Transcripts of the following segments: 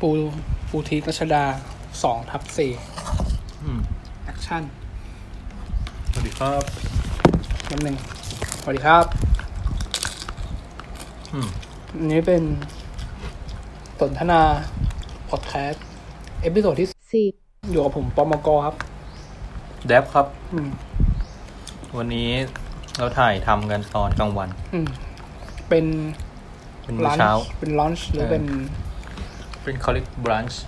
ปูปูทีรัชดาสองทับสี่แอคชั่น สวัสดีครับ ลำหนึ่งสวัสดีครับอันนี้เป็นสนทนา พอดแคสต์ เอพิโซดที่สิบ สิบ อยู่กับผมปอมกครับ แดบครับ อืม วันนี้เราถ่ายทำกันตอนกลางวัน อืม เป็น เป็นมื้อ ร้าน เช้า เป็นลอนช์หรือ เออ เป็น เป็นเขาเรียกบรั นช์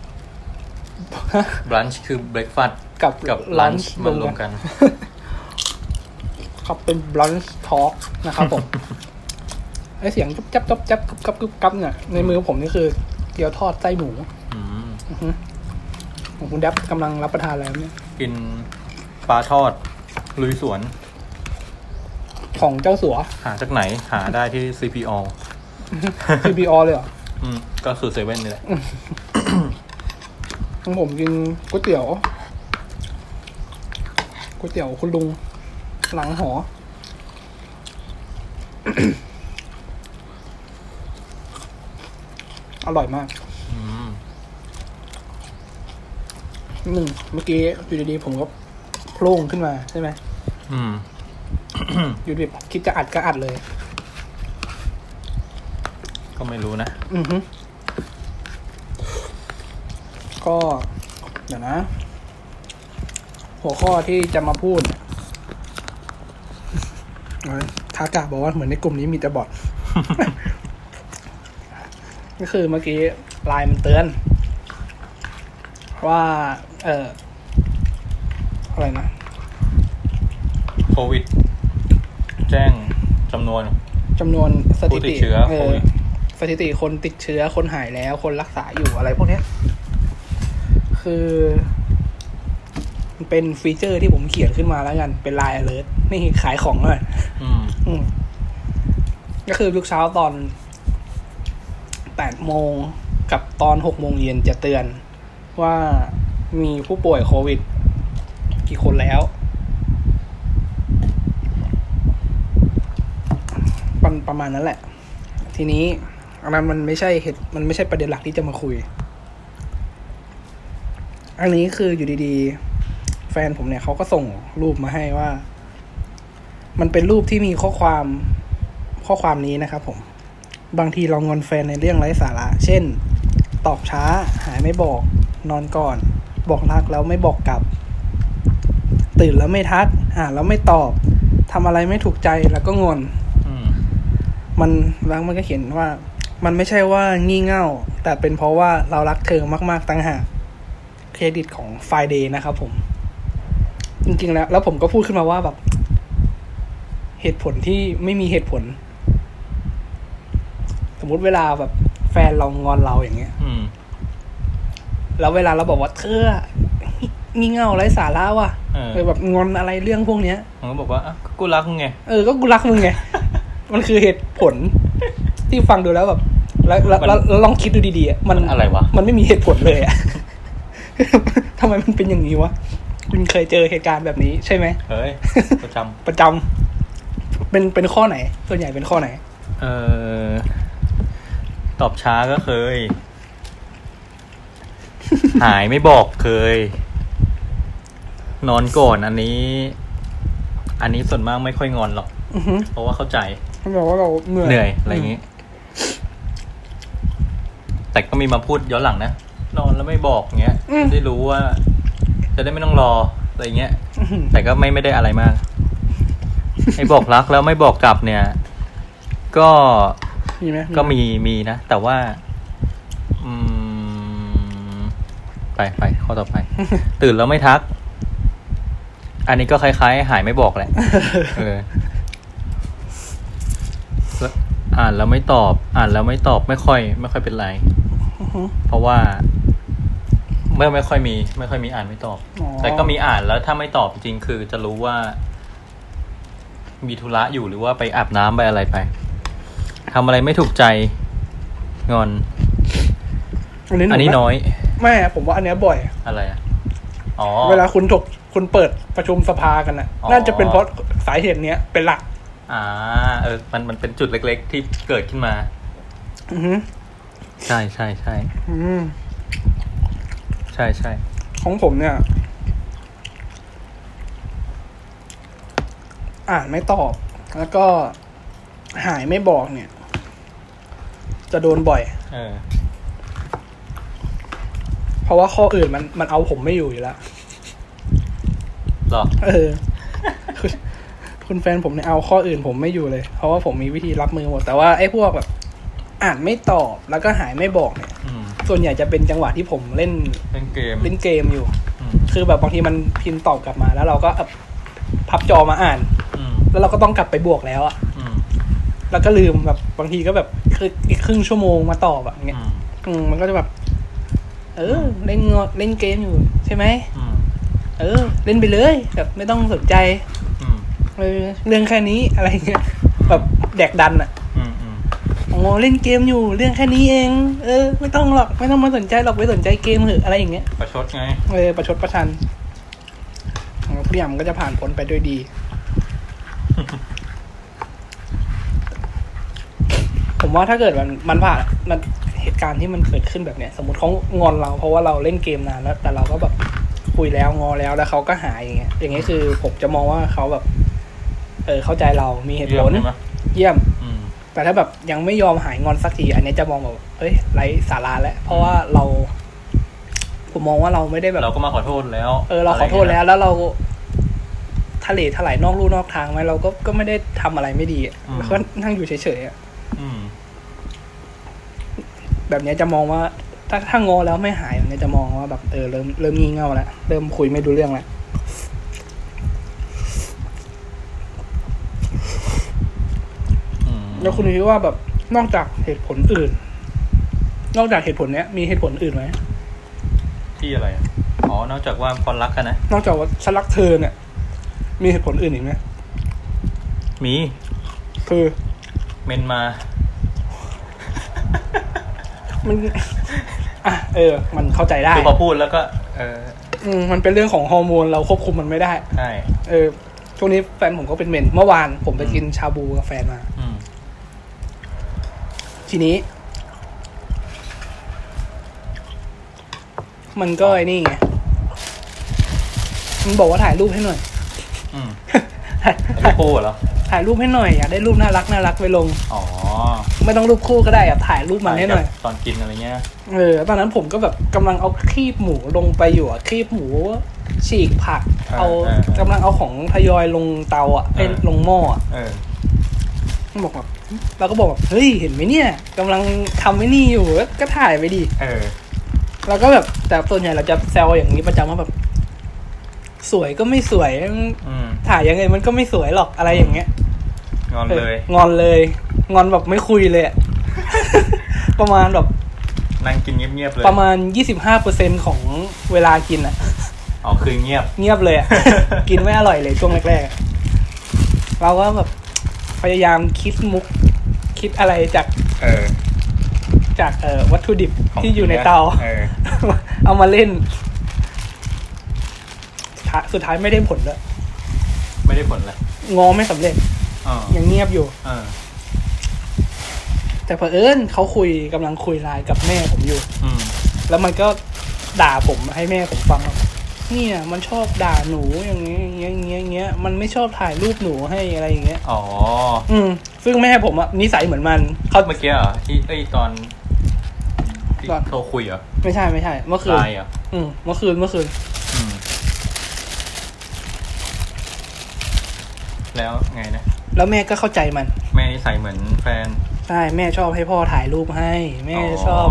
บรันช์คือเบรกฟาสต์ กับ กับลัน lunch ช์มารวมกัน ครับเป็นบลันช์ทอล์กนะครับผ ม ไอเสียงจับจับจับจับกุบกับกุบกับเนี่ยในมือผมนี่คือเกี๊ยวทอดไส้หมู อืม อือฮึของคุณแดบกำลังรับประทานอะไรครับเนี่ย กินปลาทอด ลุยสวน ของเจ้า สัว หาจากไหนหาได้ที่ CPO CPO เลยเหรอ อืมก็คือเซเว่นนี่แหละ ของผมกินก๋วยเตี๋ยวก๋วยเตี๋ยวคุณลุง หลังหอ อร่อยมาก ม หนึ่งเมื่อกี้อยู่ดีๆผมก็โพล่งขึ้นมาใช่ไหม อืม อยู่ดีๆคิดจะอัดก็อัดเลย ก็ไม่รู้นะ อือฮึก็ เดี๋ยวนะ หัวข้อที่จะมาพูดเนี่ยเอ้ยทากะบอกว่าเหมือนในกลุ่มนี้มีแต่บอท ก็คือเมื่อกี้ไลน์มันเตือน ว่า เอออะไรนะ โควิด แจ้งจำนวน จำนวนสถิ ผู้ติ ติ ดเชื้อ เอ โค อ วิด สถิติคนติดเชื้อคนหายแล้วคนรักษาอยู่อะไรพวกเนี้ย คือมันเป็นฟีเจอร์ที่ผมเขียนขึ้นมาแล้วกัน เป็นลาย alert นี่ขายของเลย อืม อืมก็คือทุกเช้าตอนแปดโมงกับตอนหกโมงเย็นจะเตือน ว่ามีผู้ป่วยโควิด กี่คนแล้ว ประประมาณนั้นแหละ ทีนี้อันนั้นมันไม่ใช่เหตุมันไม่ใช่ประเด็นหลักที่จะมาคุย อันนี้คืออยู่ดีๆ แฟนผมเนี่ยเขาก็ส่งรูปมาให้ว่า มันเป็นรูปที่มีข้อความข้อความนี้นะครับผม บางทีเรางอนแฟนในเรื่องไร้สาระ เช่น ตอบช้า หายไม่บอก นอนก่อน บอกรักแล้วไม่บอกกลับ ตื่นแล้วไม่ทัก อ่านแล้วไม่ตอบทำอะไรไม่ถูกใจแล้วก็งอน อืม มันแล้วมันก็เขียนว่า มันไม่ใช่ว่างี่เง่า แต่เป็นเพราะว่าเรารักเธอมาก ๆ ตั้งหากเครดิตของ f ฟ i d a y นะครับผม จริง ๆ แล้ว แล้วผมก็พูดขึ้นมาว่าแบบ เหตุผลที่ไม่มีเหตุผล สมมุติเวลาแบบแฟนเรางอนเราอย่างเงี้ย อืม แล้วเวลาเราบอกว่าเธออะ งี่เง่าไร้สาระว่ะ เออ เออแบบงอนอะไรเรื่องพวกเนี้ย มันก็บอกว่าอ่ะก็กูรักมึงไง เออ ก็กูรัก มึงไง มันคือเหตุผล ที่ฟังดูแล้วแบบ แล้วแล้วแล้วแล้วลองคิดดูดีๆอะมัน มันอะไรวะ มันไม่มีเหตุผลเลยอะ ทำไมมันเป็นอย่างนี้วะ คุณเคยเจอเหตุการณ์แบบนี้ใช่ไหม เฮ้ย ประจำ ประจำเป็นเป็นข้อไหน ส่วนใหญ่เป็นข้อไหน เออตอบช้าก็เคย หายไม่บอกเคย นอนก่อนอันนี้ อันนี้ส่วนมากไม่ค่อยงอนหรอก อือฮึ เพราะว่าเข้าใจ เขาบอกว่าเราเหนื่อย เหนื่อยอะไรอย่างนี้ แต่ก็มีมาพูดย้อนหลังนะ นอนแล้วไม่บอกเงี้ยจะได้รู้ว่า จะได้ไม่ต้องรออะไรเงี้ย อือฮึ แต่ก็ไม่ไม่ได้อะไรมาก ไอ้บอกรักแล้วไม่บอกกลับเนี่ย ก็ มีไหม ก็มีมีนะ แต่ว่า อืม ไปไปข้อต่อ ไป ตื่นแล้วไม่ทัก อันนี้ก็คล้ายๆ หายไม่บอกแหละ เออแล้ว อ่านแล้วไม่ตอบ อ่านแล้วไม่ตอบไม่ค่อย ไม่ค่อยเป็นไร อือฮึ เพราะว่าไม่ไม่ค่อยมี ไม่ค่อยมีอ่านไม่ตอบ อ๋อ แต่ก็มีอ่านแล้วถ้าไม่ตอบจริงคือจะรู้ว่า มีธุระอยู่หรือว่าไปอาบน้ำไปอะไรไปทำอะไรไม่ถูกใจงอน อันนี้ห อันนี้ ปะ น้อย ไม่อะผมว่าอันเนี้ยบ่อย อะไรอะอ๋อ เวลาคุณถกคุณเปิดประชุมสภากันน่ะ อ๋อ น่าจะเป็นเพราะสาเหตุเนี้ยเป็นหลัก อ่า เออ มันมันเป็นจุดเล็ก ๆ ที่เกิดขึ้นมา อือฮึ ใช่ใช่ใช่ อืม ใช่ใช่ ของผมเนี่ย อ่านไม่ตอบ แล้วก็หายไม่บอกเนี่ย จะโดนบ่อย เออ เพราะว่าข้ออื่นมันมันเอาผมไม่อยู่อยู่แล้ว หรอ เออคุณคุณแฟนผมเนี่ยเอาข้ออื่นผมไม่อยู่เลย เพราะว่าผมมีวิธีรับมือหมด แต่ว่าไอ้พวกแบบ อ่านไม่ตอบแล้วก็หายไม่บอกเนี่ย อืม ส่วนใหญ่จะเป็นจังหวะที่ผมเล่น เล่นเกม เล่นเกมอยู่ อืม คือแบบบางทีมันพิมพ์ตอบกลับมา แล้วเราก็แบบพับจอมาอ่าน อืม แล้วเราก็ต้องกลับไปบวกแล้วอะ อืม แล้วก็ลืมแบบบางทีก็แบบคืออีกครึ่งชั่วโมงมาตอบแบบเงี้ย อืม อืมมันก็จะแบบ เออ เล่นงอเล่นเกมอยู่ ใช่ไหม อืม เออ เล่นไปเลย แบบไม่ต้องสนใจ อืม เออเรื่องแค่นี้อะไรเงี้ยแบบแดกดันอะ อืมอืม โอ้เล่นเกมอยู่เรื่องแค่นี้เอง เออ ไม่ต้องหรอกไม่ต้องมาสนใจหรอกไปสนใจเกมเถอะอะไรอย่างเงี้ย ประชดไง เออประชดประชันทุกอย่างมันก็จะผ่านพ้นไปด้วยดี ผมว่าถ้าเกิดมันมันผ่านมันเหตุการณ์ที่มันเกิดขึ้นแบบเนี้ย สมมติเขางอนเราเพราะว่าเราเล่นเกมนานแล้ว แต่เราก็แบบคุยแล้วงอแล้วแล้วเขาก็หายอย่างเงี้ยอย่างเงี้ยคือผมจะมองว่าเขาแบบ เออเข้าใจเรามีเหตุ เยี่ย ผม ล ใช่ไหม เยี่ยม อืม แต่ถ้าแบบยังไม่ยอมหายงอนสักที อันเนี้ยจะมองแบบ เอ้ยไร้สาระแล้ว เพราะว่าเรา ผมมองว่าเราไม่ได้แบบ เราก็มาขอโทษแล้ว เออ เราขอโทษแล้ว แล้วเราทะเลถลายนอกลู่นอกทางไหมเราก็ก็ไม่ได้ทำอะไรไม่ดีอะแล้วก็นั่งอยู่เฉยๆอะ อืม แบบเนี้ยจะมองว่า ถ้าถ้างอแล้วไม่หายแบบเนี้ยจะมองว่าแบบเออเริ่มเริ่มงี่เง่าแล้วเริ่มคุยไม่ดูเรื่องแล้ว อืม แล้วคุณคิดว่าแบบนอกจากเหตุผลอื่น นอกจากเหตุผลเนี้ยมีเหตุผลอื่นไหม ที่อะไรอะอ๋อ นอกจากว่าคนรักกันนะ นอกจากว่าฉันรักเธอเนี่ย มีเหตุผลอื่นอีกไหม มี คือ เมนมา มัน อ่ะ เออ มันเข้าใจได้ คือพอพูดแล้วก็ เออ อืม มันเป็นเรื่องของฮอร์โมน เราควบคุมมันไม่ได้ ใช่ เออ ช่วงนี้แฟนผมก็เป็นเมน เมื่อวานผมไปกินชาบูกับแฟนมา อืม ทีนี้ มันก็ไอ้นี่ไง มันบอกว่าถ่ายรูปให้หน่อย อืม ถ่าย แล้ว ถ่า ก็ ย พูดเหรอ ถ่ายรูปให้หน่อย อยากได้รูปน่ารักน่ารักไปลง อ๋อ ไม่ต้องรูปคู่ก็ได้อะถ่ายรูปมาให้หน่อย ตอนกินอะไรเงี้ย เออตอนนั้นผมก็แบบกำลังเอาครีบหมูลงไปอยู่อะครีบหมูฉีกผัก อ่า เอา อ่าก ำลังเอาของทยอยลงเตาอะเป็น อ่า ลงหม้ออะ เออ มันบอกแบบเราก็บอกแบบเฮ้ยเห็นไหมเนี่ยกำลังทำไอ้นี่อยู่ก็ก็ถ่ายไปดิ เออ เราก็แบบแต่ส่วนใหญ่เราจะแซวอย่างนี้ประจำว่าแบบ สวยก็ไม่สวย อืม ถ่ายยังไงมันก็ไม่สวยหรอกอะไรอย่างเงี้ย งอนเลย อองอนเลย งอนแบบไม่คุยเลยอะ ประมาณแบบ นั่งกินเงียบๆเลย ประมาณยี่สิบห้าเปอร์เซ็นของเวลากินอะ อ๋อ คือเงียบ เงียบ เลยอะ กินไม่อร่อยเลยช่วงแรกๆ เราก็แบบพยายามคิดมุก คิดอะไรจาก เออ จากเอ่อวัตถุดิบ ขง ที่อยู่ กิ ใน นะ เตา เออ เอามาเล่นสุดท้ายสุดท้ายไม่ได้ผลด้วย ไม่ได้ผลเลย งอไม่สำเร็จ อ๋อ ยังเงียบอยู่ เออ แต่เผอิญเขาคุยกำลังคุยไลน์กับแม่ผมอยู่ อืม แล้วมันก็ด่าผมให้แม่ผมฟังว่าเนี่ยมันชอบด่าหนูอย่างเงี้ยอย่างเงี้ยอย่างเงี้ยอย่างเงี้ยมันไม่ชอบถ่ายรูปหนูให้อะไรอย่างเงี้ย อ๋อ อืมซึ่งแม่ผมอะนิสัยเหมือนมันเขา เมื่อกี้เหรอที่เอ้ยตอนที่ ตอน โทรคุยเหรอ ไม่ใช่ไม่ใช่เมื่อคื ไล น น์เหรอ อืมเมื่อคืนเมื่อคืน อืม แล้วไงนะ แล้วแม่ก็เข้าใจมัน แม่นิสัยเหมือนแฟน ใช่แม่ชอบให้พ่อถ่ายรูปให้ แม่ อ๋อ ชอบ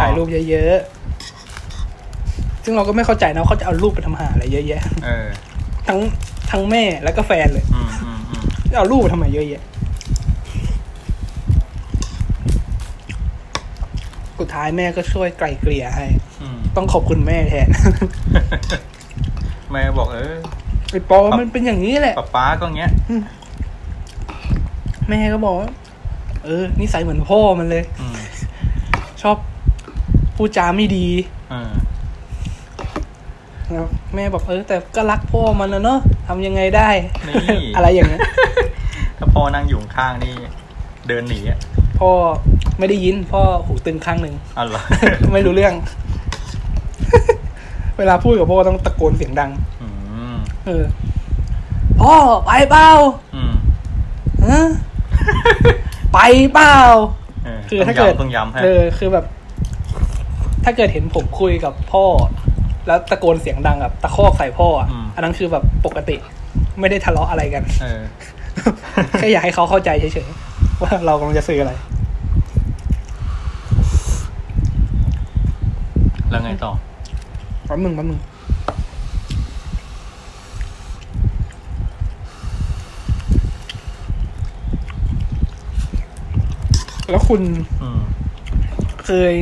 ถ่ายรูปเยอะๆซึ่งเราก็ไม่เข้าใจนะว่าเขาจะเอารูปไปทำหาอะไรเยอะแยะ เออ ทั้งทั้งแม่แล้วก็แฟนเลย อืมอืมอืม จะเอารูปไปทำไมเยอะแยะ สุดท้ายแม่ก็ช่วยไกล่เกลี่ยให้ อืม ต้องขอบคุณแม่แทน แม่บอกเออ ไอ้ปอมันเป็นอย่างนี้แหละ ป๊าป๊าก็เงี้ย แม่ก็บอกว่าเออนิสัยเหมือนพ่อมันเลย อืม ชอบพูดจาไม่ดี เออ แล้วแม่บอกเออ แต่ก็รักพ่อมันนะเนอะทำยังไงได้ นี่ อะไรอย่างเงี้ย ถ้าพ่อนั่งอยู่ข้างๆนี่ เดินหนีอะ พ่อไม่ได้ยิน พ่อหูตึงข้างหนึ่ ง อ๋อเห รอ ไม่รู้เรื่อง เวลาพูดกับพ่อต้องตะโกนเสียงดัง อืม เออ พ่อไปเปล่า อืม ฮะ ไปเปล่า เออ คือ ต้อ ถ้าง เกิด ย้ำต้องย้ำให้ เออคือแบบ ถ้าเกิดเห็นผมคุยกับพ่อ แล้วตะโกนเสียงดังแบบตะคอกใส่พ่ออ่ะอันนั้นคือแบบปกติ ไม่ได้ทะเลาะอะไร กัน เออ แค่อยากให้เขาเข้าใจเฉยๆว่าเรากำลังจะซื้ออะไร แล้วไงต่อ แป๊บมึงแป๊บมึงแล้วคุณ อืม เคย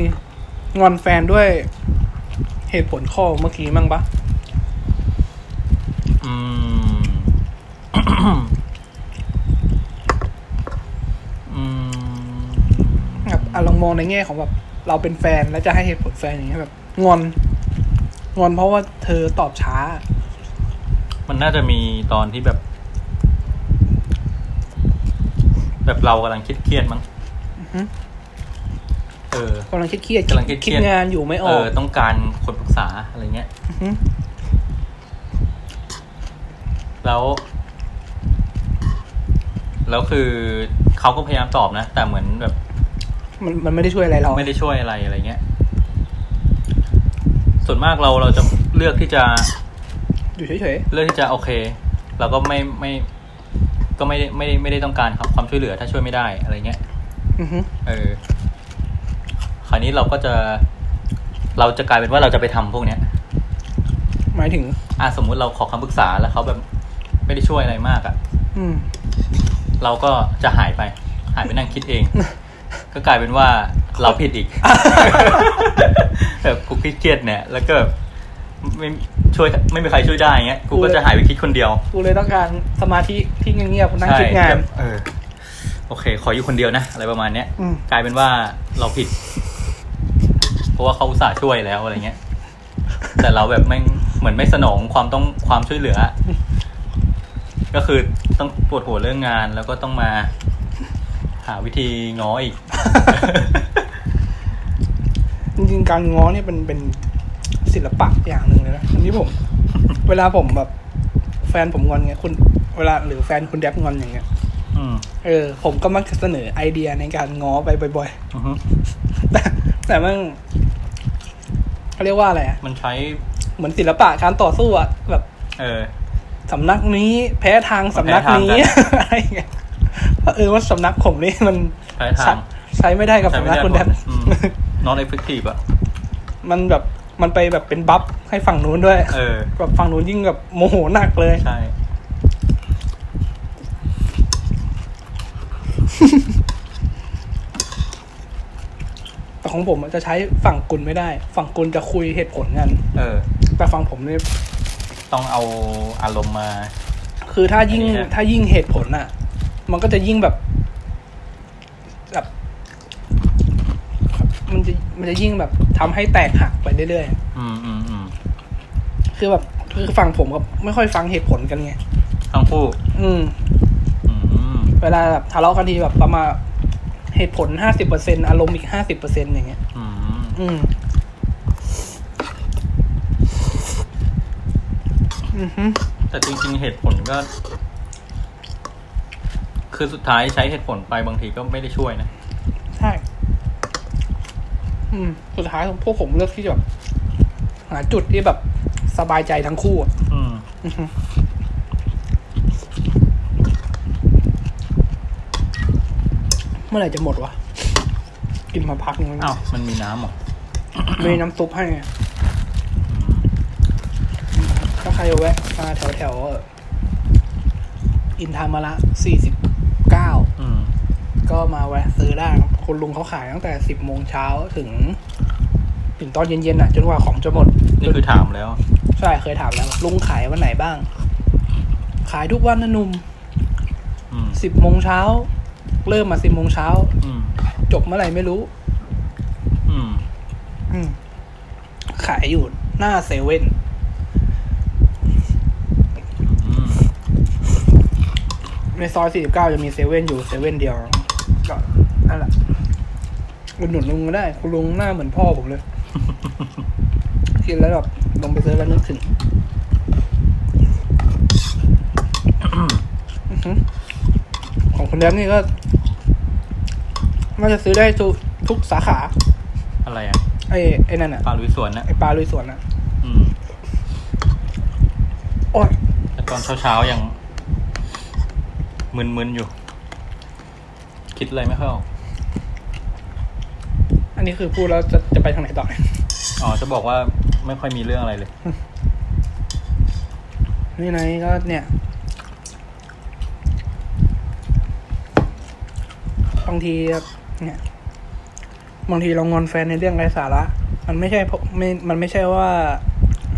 งอนแฟนด้วยเหตุผลข้อเมื่อกี้มั้งปะ อืม อืม แบบอ่ะลองมองในแง่ของแบบ เราเป็นแฟนแล้วจะให้เหตุผลแฟนอย่างเงี้ยแบบ งอน งอนเพราะว่าเธอตอบช้า มันน่าจะมีตอนที่แบบ แบบเรากำลังคิดเครียดๆมั้ง อือฮึ เออ กำลังเครียดๆ กำลังเครียดๆ คิดงานอยู่ไม่อ เอ อก อ ต้องการคนปรึกษาอะไรเงี้ย อฮึ แล้ว แล้วคือเขาก็พยายามตอบนะ แต่เหมือนแบบ มันมันไม่ได้ช่วยอะไรเรา ไม่ได้ช่วยอะไรอะไรเงี้ย ส่วนมากเราเราจะเลือกที่จะ อยู่เฉย เลือกที่จะโอเค เราก็ไม่ไม่ ก็ไม่ได้ไม่ได้ไม่ได้ต้องการความช่วยเหลือถ้าช่วยไม่ได้อะไรเงี้ย ๆอือฮึ เออ คราวนี้เราก็จะ เราจะกลายเป็นว่าเราจะไปทำพวกเนี้ย หมายถึง อ่ะสมมุติเราขอคำปรึกษาแล้วเขาแบบไม่ได้ช่วยอะไรมากอะ่ะ อืม เราก็จะหายไป หายไปนั่งคิดเอง ก็กลายเป็นว่าเราผิดอีก แบบกูคิดเครียดเนี่ย แล้วก็แบบไม่ช่วยไม่มีใครช่วยได้เงี้ย กูก็จะหายไปคิดคนเดียว กูเลยต้องการสมาธิที่เงียบๆนั่งคิดงาน แบบเออ โอเค ขออยู่คนเดียวนะ อะไรประมาณเนี้ย อืม กลายเป็นว่าเราผิด เพราะว่าเขาอุตส่าห์ช่วยแล้วอะไรเงี้ย แต่เราแบบไม่งเหมือนไม่สนองความต้องความช่วยเหลือ ก็คือต้องปวดหัวเรื่องงานแล้วก็ต้องมา หาวิธีง้ออีก จริงๆ การง้อเนี่ยเป็นเป็นศิลปะอย่างหนึ่งเลยนะอันนี้ผม เวลาผมแบบ แฟนผมงอนเงี้ยคุณเวลาหรือแฟนคุณแดบงอนอย่างเงี้ย อืม เออผมก็มักจะเสนอไอเดียในการง้อไปบ่อย อือฮึ ๆ แต่แต่มันเขาเรียกว่าอะไรอะ มันใช้ เหมือนศิลปะการต่อสู้อะแบบ เออ สำนักนี้ แพ้ทางสำนักนี้ แพ้ อะไรอย่างเงี้ยเออว่าสำนักผมนี่มัน ใช้ ใช้ ทาง ใช้ไม่ได้กับ ใช้ สำ ไม่ นัก ได้ผ คุณ ล แดบ อืม non effective อ่ะ มันแบบมันไปแบบเป็นบัฟให้ฝั่งนู้นด้วย เออ แบบฝั่งนู้นยิ่งแบบโมโหหนักเลย ใช่ แต่ของผมอะจะใช้ฝั่งกุลไม่ได้ ฝั่งกุลจะคุยเหตุผลกัน เออ แต่ฝั่งผมเนี่ย ต้องเอาอารมณ์มา คือถ้ายิ่ง อันนี้นะ ถ้ายิ่งเหตุผลอ่ะ มันก็จะยิ่งแบบแบบมันจะมันจะยิ่งแบบทำให้แตกหักไปเรื่อย อืมอืมอืม ๆคือแบบคือฝั่งผมกับไม่ค่อยฟังเหตุผลกันไง ทั้งคู่ อืม อืม เวลาแบบทะเลาะกันทีแบบประมาณเหตุผลห้าสิบเปอร์เซ็นอารมณ์อีกห้าสิบเปอร์เซ็นอย่างเงี้ย อืม อืม อือฮึ แต่จริงๆ เหตุผลก็ คือสุดท้ายใช้เหตุผลไปบางทีก็ไม่ได้ช่วยนะ ใช่ อืม สุดท้ายพวกผมเลือกที่จะแบบหาจุดที่แบบสบายใจทั้งคู่อะ อืม อือฮึเมื่อไหร่จะหมดวะ กินมาพักนึงแล้ว อ้าว มันมีน้ำเหรอ มีน้ำซุปให้ไงถ้าใครแวะมาแถวแถวๆเอ่ออินทามะระสี่สิบเก้า อืม ก็มาแวะซื้อได้ครับ คุณลุงเขาขายตั้งแต่สิบโมงเช้าถึง ถึงตอนเย็นๆน่ะ จนกว่าของจะหมด นี่คือถามแล้ว ใช่เคยถามแล้วลุงขายวันไหนบ้าง ขายทุกวันนะหนุ่ม อืม สิบโมงเช้า เริ่มมาสิบโมงเช้า อืม จบเมื่อไหร่ไม่รู้ อืม อืม ขายอยู่หน้าเซเว่น อืม ในซอยสี่สิบเก้าจะมีเซเว่นอยู่เซเว่นเดียวก็นั่นแหละอุดหนุนลุงก็ได้ คุณลุงหน้าเหมือนพ่อผม เลย กินแล้วแบบลงไปเซิร์ชแล้วนึกถึง อื้อหือของคุณแดมนี่ก็น่าจะซื้อได้ทุกทุกสาขา อะไรอ่ะ ไอ้ไอ้นั่นอ่ะ ปลาลุยสวนนะ ไอ้ปลาลุยสวนอ่ะ อืม โอ้ย แต่ตอนเช้าๆยังมึนๆอยู่ คิดอะไรไม่ค่อยออก อันนี้คือพูดแล้วจะจะไปทางไหนต่อเนี่ย อ๋อ จะบอกว่าไม่ค่อยมีเรื่องอะไรเลย นี่ไนก็เนี่ย บางทีเนี่ย บางทีเรางอนแฟนในเรื่องไร้สาระ มันไม่ใช่เพราะไม่ มันไม่ใช่ว่า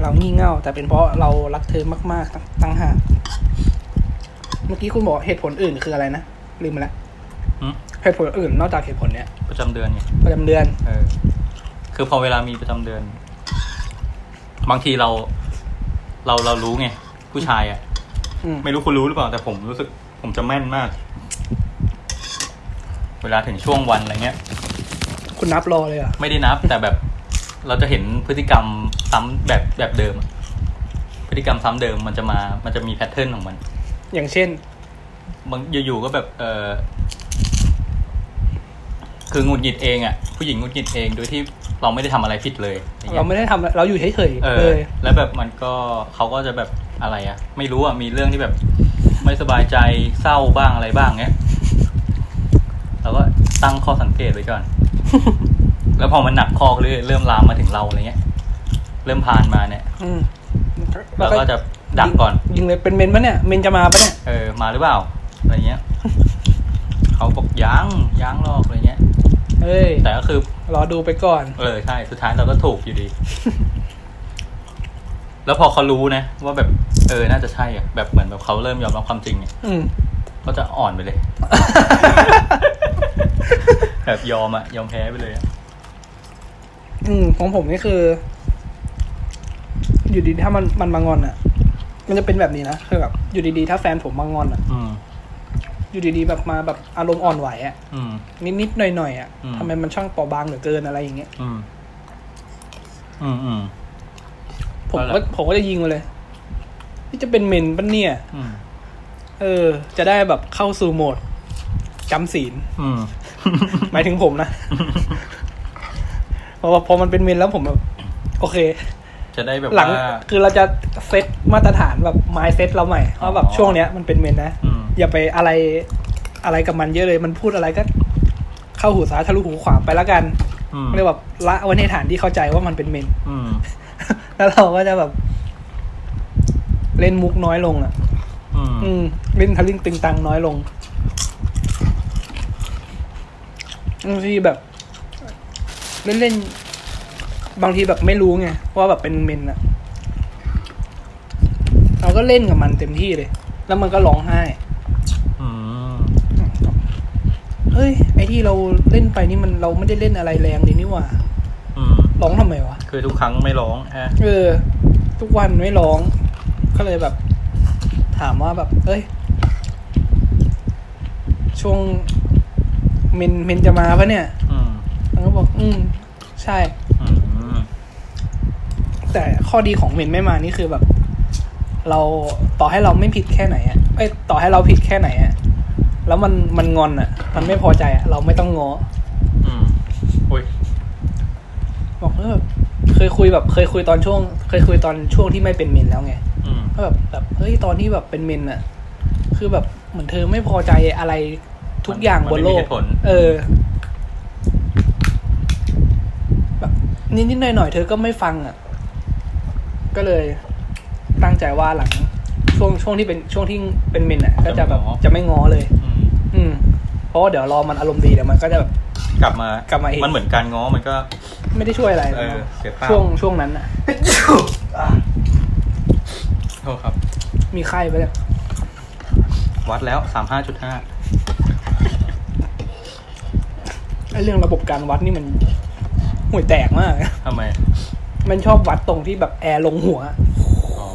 เรางี่เง่า แต่เป็นเพราะเรารักเธอมากๆต่างต่างหากเมื่อกี้คุณบอกเหตุผลอื่นคืออะไรนะ ลืมไปแล้ว หืม เหตุผลอื่น นอกจากเหตุผลเนี้ย ประจำเดือนไง ประจำเดือน เออ คือพอเวลามีประจำเดือน บางทีเรา เราเรารู้ไง ผู้ชายอะ่ะ อืม ไม่รู้คุณรู้หรือเปล่า แต่ผมรู้สึก ผมจะแม่นมาก เวลาถึงช่วงวันอะไรเงี้ย คุณนับรอเลยเหรอ่ะ ไม่ได้นับ แต่แบบ เราจะเห็นพฤติกรรมซ้ำแบบแบบเดิมอะพฤติกรรมซ้ำเดิมมันจะมา มันจะมีแพทเทิร์นของมัน อย่างเช่น บางอยู่ๆก็แบบ เออคือหงุดหงิดเองอะ่ะ ผู้หญิงหงุดหงิดเองโดยที่เราไม่ได้ทำอะไรผิดเลยอย่งงี้ เรา ย ไม่ได้ทำอะไรเราอยู่เฉย เอ ๆเล อ ย แล้วแบบมันก็เขาก็จะแบบอะไรอะไม่รู้อะมีเรื่องที่แบบ ไม่สบายใจเศร้าบ้างอะไรบ้างเงี้ยเราก็ตั้งข้อสังเกตไว้ก่ อน แล้วพอมันหนักคอเรื่อยเริ่มลามมาถึงเราอะไรเงี้ย เริ่มพานมาเนี่ย อืม เราก็จะดักก่อน ยิงเลยเป็นเมนปะเนี่ย เมนจะมาปะเนี่ย เออ มาหรือเปล่าอะไรเงี้ย เขาบอกยังยังหรอกอะไรเงี้ย เฮ้ย แต่ก็คือ รอดูไปก่อน เออใช่ สุดท้ายเราก็ถูกอยู่ดี แล้วพอเขารู้นะ ว่าแบบ เออ น่าจะใช่อะแบบเหมือนแบบเขาเริ่มยอมรับความจริงเนี่ย อืม ก็จะอ่อนไปเลย แบบยอมอะยอมแพ้ไปเลยอะ อืมของผมนี่คือ อยู่ดีๆถ้ามันมันมางอนอ่ะ มันจะเป็นแบบนี้นะคือแบบอยู่ดีๆถ้าแฟนผมมางอนอ่ะ อืม อยู่ดีๆแบบมาแบบอารมณ์อ่อนไหวอ่ะ อืม นิดๆหน่อยๆอ่ะ อืม ทำไมมันช่างเปราะบางเหลือเกินอะไรอย่างเงี้ย อืม อืมอืม ผม เอา ก็ ละ ผมก็จะยิงมาเลยนี่จะเป็นเมนปะเนี่ย อืม เออ จะได้แบบเข้าสู่โหมดจำศีล อืม หมายถึงผม นะ เพราะว่าพอมันเป็นเมนแล้วผมแบบโอเค จะได้แบบ หลัง ว่า คือเราจะเซตมาตรฐานแบบไมเซตเราใหม่ อ๋อ ว่าแบบช่วงเนี้ยมันเป็นเมนนะ อืม อย่าไปอะไรอะไรกับมันเยอะเลย มันพูดอะไรก็ เข้าหูซ้ายทะลุหูขวาไปแล้วกัน อืม เรียกแบบละไว้ในฐานที่เข้าใจว่ามันเป็นเมน อืม แล้วเราก็จะแบบ เล่นมุกน้อยลงอ่ะ อืม อืมเล่นทะลึ่งตึงตังน้อยลงบางทีแบบ เล่นเล่นๆบางทีแบบไม่รู้ไงว่าแบบเป็นเมนอะเราก็เล่นกับมันเต็มที่เลย แล้วมันก็ร้องไห้ อืม เฮ้ย ไอที่เราเล่นไปนี่มันเราไม่ได้เล่นอะไรแรงเลยนี่หว่า อืม ร้องทำไมวะ คือทุกครั้งไม่ร้องฮะ เออ ทุกวันไม่ร้อง ก็เลยแบบ ถามว่าแบบ เอ้ย ช่วงเมนเมนจะมาปะเนี่ย อืม มันก็บอก อืม ใช่ อืม แต่ข้อดีของเมนไม่มานี่คือแบบ เราต่อให้เราไม่ผิดแค่ไหนอะเอ้ยต่อให้เราผิดแค่ไหนอะแล้วมันมันงอนอะมันไม่พอใจอะเราไม่ต้องงอ อืมโอ้ย บอกเออแบบเคยคุยแบบ เคยคุยตอนช่วง เคยคุยตอนช่วงที่ไม่เป็นเมนแล้วไง อืม ก็แบบแบบเฮ้ยตอนที่แบบเป็นเมนอะคือแบบเหมือนเธอไม่พอใจอะไรทุกอย่าง มัน บนโล มันไม่กมีเหตุผล เออ แบบนิดนิดหน่อยหน่อยๆเธอก็ไม่ฟังอะก็เลย ตั้งใจว่าหลัง ช่วงช่วงที่เป็นช่วงที่เป็นเมนอะก็จะแบบจะไม่ง้อเลย อืม อืมเพราะว่าเดี๋ยวรอมันอารมณ์ดีเดี๋ยวมันก็จะแบบ กลับมาก ลับมาอีก มันเหมือนการง้อมันก็ ไม่ได้ช่วยอะไร เออ นะ เสียเปล่า ช่วงช่วงนั้นอะ โทษครับ มีไข้ไปเลย วัดแล้วสามห้าจุดห้า ไอ้เรื่องระบบการวัดนี่มันห่วยแตกมาก ทำไม มันชอบวัดตรงที่แบบแอร์ลงหัว อ๋อ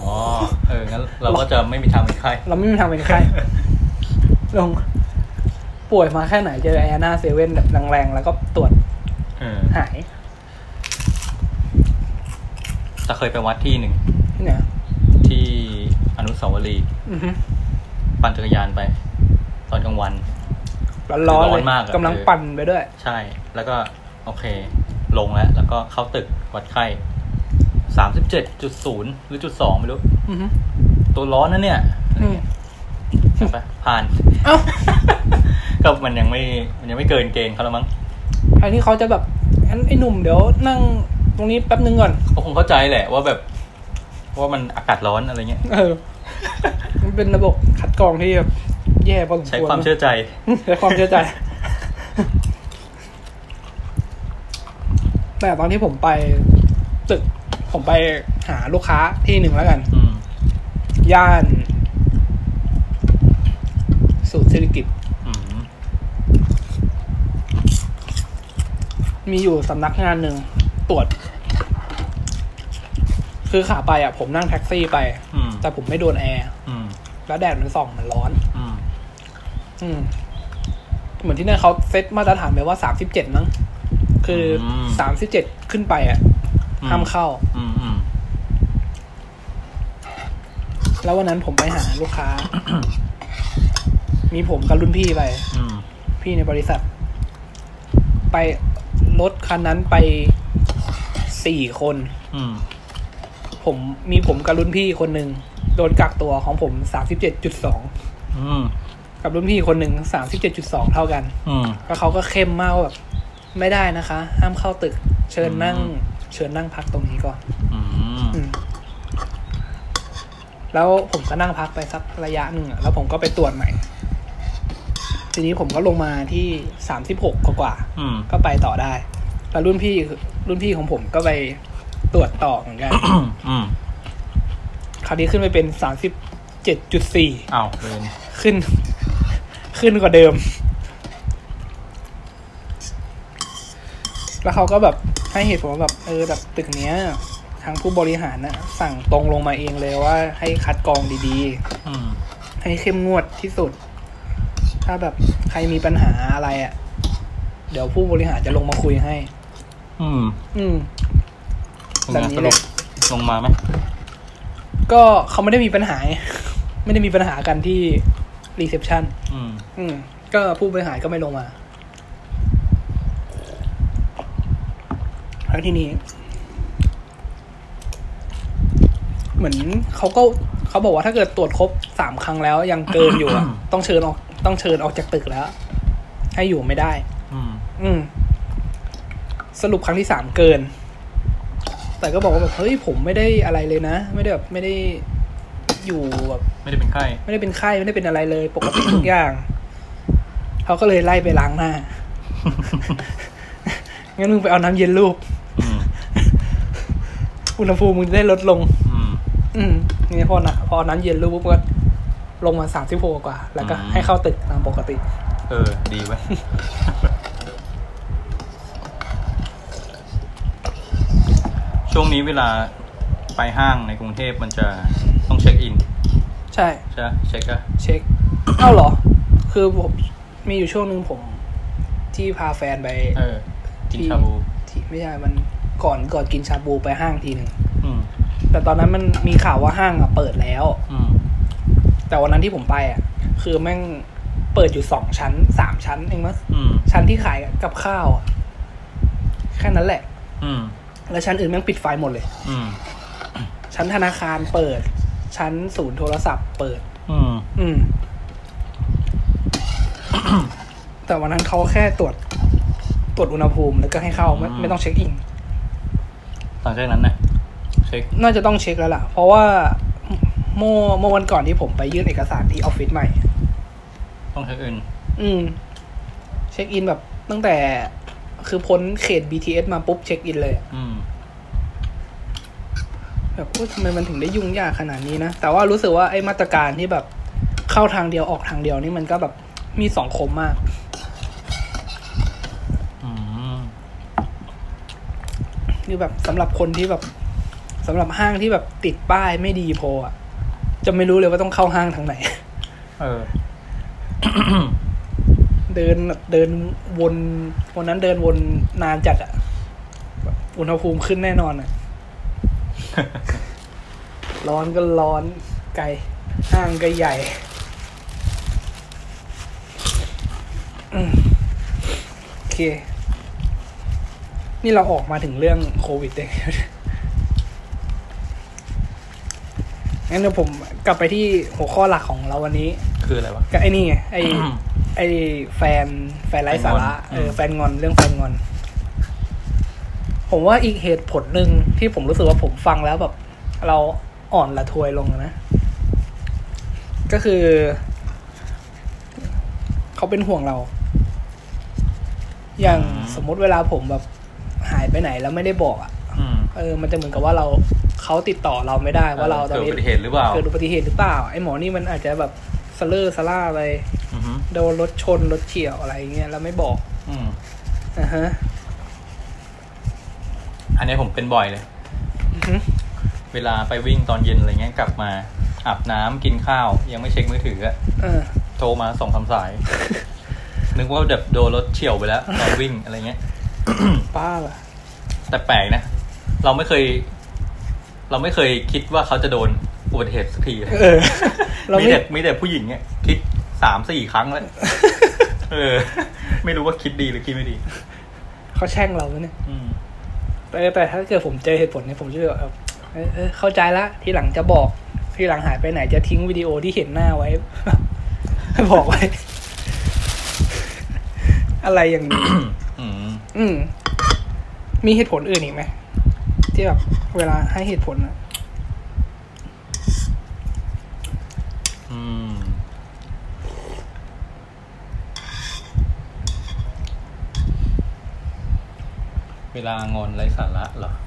เออ งั้นเราก็จะไม่มีทางเป็นไข้ เราไม่มีทางเป็นไข้ ลง ป่วยมาแค่ไหนเจอแอร์หน้าเซเว่นแบบแรงๆแล้วก็ตรวจ เออ หาย แต่เคยไปวัดที่หนึ่ง ที่ไหนอะ ที่อนุสาวรีย์ อือฮึ ปั่นจักรยานไป ตอนกลางวัน ร้อนๆ ร้ เล อย นมากอะ กำลังปั่นไปด้วย ใช่ แล้วก็โอเค ลงแล้ว แล้วก็เข้าตึกวัดไข้สามสิบเจ็ดจุดศูนย์หรือจุดสองไม่รู้ อือฮึ ตัวร้อนนะเนี่ย อืม ใช่ปะผ่าน เอ้า ก็มันยังไม่มันยังไม่เกินเกณฑ์เขาแล้วมั้ง อันนี้เขาจะแบบงั้นไอ้หนุ่มเดี๋ยวนั่งตรงนี้แป๊บนึงก่อน ก็คงเข้าใจแหละว่าแบบว่ามันอากาศร้อนอะไรเงี้ย เอ อ มันเป็นระบบคัดกรองที่แบบแย่พอสมควร ใช้ความเชื่อใจ ใช้ความเชื่อใจ แต่ตอนที่ผมไปตึก ผมไปหาลูกค้าที่หนึ่งแล้วกัน อืม ย่าน สูตรเศรษฐกิจ อืม มีอยู่สำนักงานหนึ่งตรวจ คือขาไปอ่ะ ผมนั่งแท็กซี่ไป อืม แต่ผมไม่โดนแอร์ อืม แล้วแดดมันส่องมันร้อน อืม อืม เหมือนที่นั่นเขาเซตมาตรฐานไปว่าสามสิบเจ็ดมั้งคือสามสิบเจ็ดขึ้นไปอ่ะ ห้ามเข้า อืมอืม แล้ววันนั้นผมไปหาลูกค้า มีผมกับรุ่นพี่ไป อืม พี่ในบริษัท ไปรถคันนั้นไปสี่คน อืม ผมมีผมกับรุ่นพี่คนหนึ่งโดนกักตัวของผมสามสิบเจ็ดจุดสอง อืม กับรุ่นพี่คนหนึ่งสามสิบเจ็ดจุดสองเท่ากัน อืม แล้วเขาก็เข้มมากว่าแบบ ไม่ได้นะคะ ห้ามเข้าตึก เชิญนั่ง อืม เชิญนั่งพักตรงนี้ก่อน อืม อืมแล้วผมก็นั่งพักไปสักระยะหนึ่งอะแล้วผมก็ไปตรวจใหม่ ทีนี้ผมก็ลงมาที่สามสิบหกกว่า อืม ๆก็ไปต่อได้ แล้วรุ่นพี่รุ่นพี่ของผมก็ไปตรวจต่อเหมือนกัน อืม คราวนี้ขึ้นไปเป็นสามสิบเจ็ดจุดสี่ อ้าวเวน ขึ้น ขึ้นกว่าเดิม แล้วเขาก็แบบให้เหตุผลว่าแบบเออแบบตึกเนี้ย ทางผู้บริหารนะสั่งตรงลงมาเองเลยว่าให้คัดกรองดีๆ อืม ให้เข้มงวดที่สุด ถ้าแบบใครมีปัญหาอะไรอะ่ะ เดี๋ยวผู้บริหารจะลงมาคุยให้ อืม อืม เป็น แบบ ไง นี้ ส เล รุ ย ปลงมาไหม ก็เขาไม่ได้มีปัญหาไง ไม่ได้มีปัญหากันที่รีเซพชัน อืม อืม ก็ผู้บริหารก็ไม่ลงมา แล้วทีนี้ เหมือนเขาก็เขาบอกว่าถ้าเกิดตรวจครบสามครั้งแล้วยังเกิน อยู่อะ ต้องเชิญออก ต้องเชิญออกจากตึกแล้ว ให้อยู่ไม่ได้ อืม อืม สรุปครั้งที่สามเกิน แต่ก็บอกว่าแบบเฮ้ยผมไม่ได้อะไรเลยนะ ไม่ได้แบบไม่ได้อยู่แบบ ไม่ได้เป็นไข้ ไม่ได้เป็นไข้ไม่ได้เป็นอะไรเลย ปกติ ทุก อย่าง เขาก็เลยไล่ไปล้างหน้า งั้นมึงไปเอาน้ำเย็นรูป อืม อุณหภูมิมึงจะได้ลดลง อืม อืมนี่พอนะพอน้ำเย็นรูปปุ๊บก็ลงมาสามสิบหกกว่า แล้วก็ อืม ให้เข้าตึกตามปกติ เออ ดีเว้ยช่วงนี้เวลาไปห้างในกรุงเทพมันจะต้องเช็คอิน ใช่ ใช่ปะเช็คอะ เช็ค เอ้าเหรอ คือผมมีอยู่ช่วงหนึ่งผม ที่พาแฟนไป เออ กินชาบู ที่ไม่ใช่มันก่อนก่อนกินชาบูไปห้างทีหนึ่ง อืม แต่ตอนนั้นมันมีข่าวว่าห้างอะเปิดแล้ว อืม แต่วันนั้นที่ผมไปอ่ะ คือแม่งเปิดอยู่สองชั้นสามชั้นเองมั้ง อืม ชั้นที่ขายกับข้าวอะแค่นั้นแหละ อืม แล้วชั้นอื่นแม่งปิดไฟหมดเลย อืม ชั้นธนาคารเปิด ชั้นศูนย์โทรศัพท์เปิด อืม อืม แต่วันนั้นเขาแค่ตรวจ ตรวจอุณหภูมิแล้วก็ให้เข้าไม่ไม่ต้องเช็คอิน หลังจากนั้นนะเช็ค น่าจะต้องเช็คแล้วล่ะ เพราะว่าเมื่อเมื่อวันก่อนที่ผมไปยื่นเอกสารที่ออฟฟิศใหม่ ต้องเช็คอิน อืม เช็คอินแบบตั้งแต่ คือพ้นเขต BTS มาปุ๊บเช็คอินเลยอะ อืม แบบโอ้ยทำไมมันถึงได้ยุ่งยากขนาดนี้นะ แต่ว่ารู้สึกว่าไอ้มาตรการที่แบบเข้าทางเดียวออกทางเดียวนี่มันก็แบบมีสองคมมาก อืม คือแบบสำหรับคนที่แบบสำหรับห้างที่แบบติดป้ายไม่ดีพออะจะไม่รู้เลยว่าต้องเข้าห้างทางไหน เออ เดินแบบเดินวนวันนั้นเดินวนนานจัดอะแบบอุณหภูมิขึ้นแน่นอนอะ ร้อนก็ร้อนไกลห้างก็ใหญ่อืมโอเค นี่เราออกมาถึงเรื่องโควิดเอง งั้นเดี๋ยวผมกลับไปที่หัวข้อหลักของเราวันนี้ คืออะไรวะ ก็ไอ้นี่ไงไอ้ ไอ้แฟนแฟนไร้สาระ แฟนงอน เออ ม แฟนงอนเรื่องแฟนงอน ผมว่าอีกเหตุผลหนึ่งที่ผมรู้สึกว่าผมฟังแล้วแบบ เราอ่อนละทวยลงนะ ก็คือ เขาเป็นห่วงเรา อย่างสมมติเวลาผมแบบหายไปไหนแล้วไม่ได้บอกอะ อืม เออ มันจะเหมือนกับว่าเราเขาติดต่อเราไม่ได้ว่าเราตอน เกิดอุ นี้ บัติเหตุหรือเปล่า เกิดอุบัติเหตุหรือเปล่าไอ้หมอนี่มันอาจจะแบบสะเลอร์สะล่าอะไร อือหือ โดนรถชนรถเฉี่ยวอะไรเงี้ยแล้วไม่บอก อืม อ่ะฮะ อันนี้ผมเป็นบ่อยเลย อือฮึ เวลาไปวิ่งตอนเย็นอะไรเงี้ยกลับมาอาบน้ำกินข้าว ยังไม่เช็คมือถืออะ เออ โทรมาส่งคำสาย นึกว่าแบบโดนรถเฉี่ยวไปแล้วตอนวิ่งอะไรเงี้ย ป้าล่ะ แต่แปลกนะ เราไม่เคย เราไม่เคยคิดว่าเขาจะโดนอุบัติเหตุสักทีเลย เออ เราไม่มีแต่มีแต่ผู้หญิงเนี่ยคิดสามสี่ครั้ง แล้ว เออ ไม่รู้ว่าคิดดีหรือคิดไม่ดี เขาแช่งเราไหมเนี่ย อืม แต่แต่ถ้าเกิดผมเจอเหตุผลเนี่ยผมจะแบบเออเออเข้าใจละทีหลังจะบอกทีหลังหายไปไหนจะทิ้งวิดีโอที่เห็นหน้า ไว้ บอกไว้ อะไรอย่างนี้ อืม อืม มีเหตุผลอื่นอีกไหมที่แบบเวลาให้เหตุผลอะ อืม เวลางอนไร้สาระเหรอ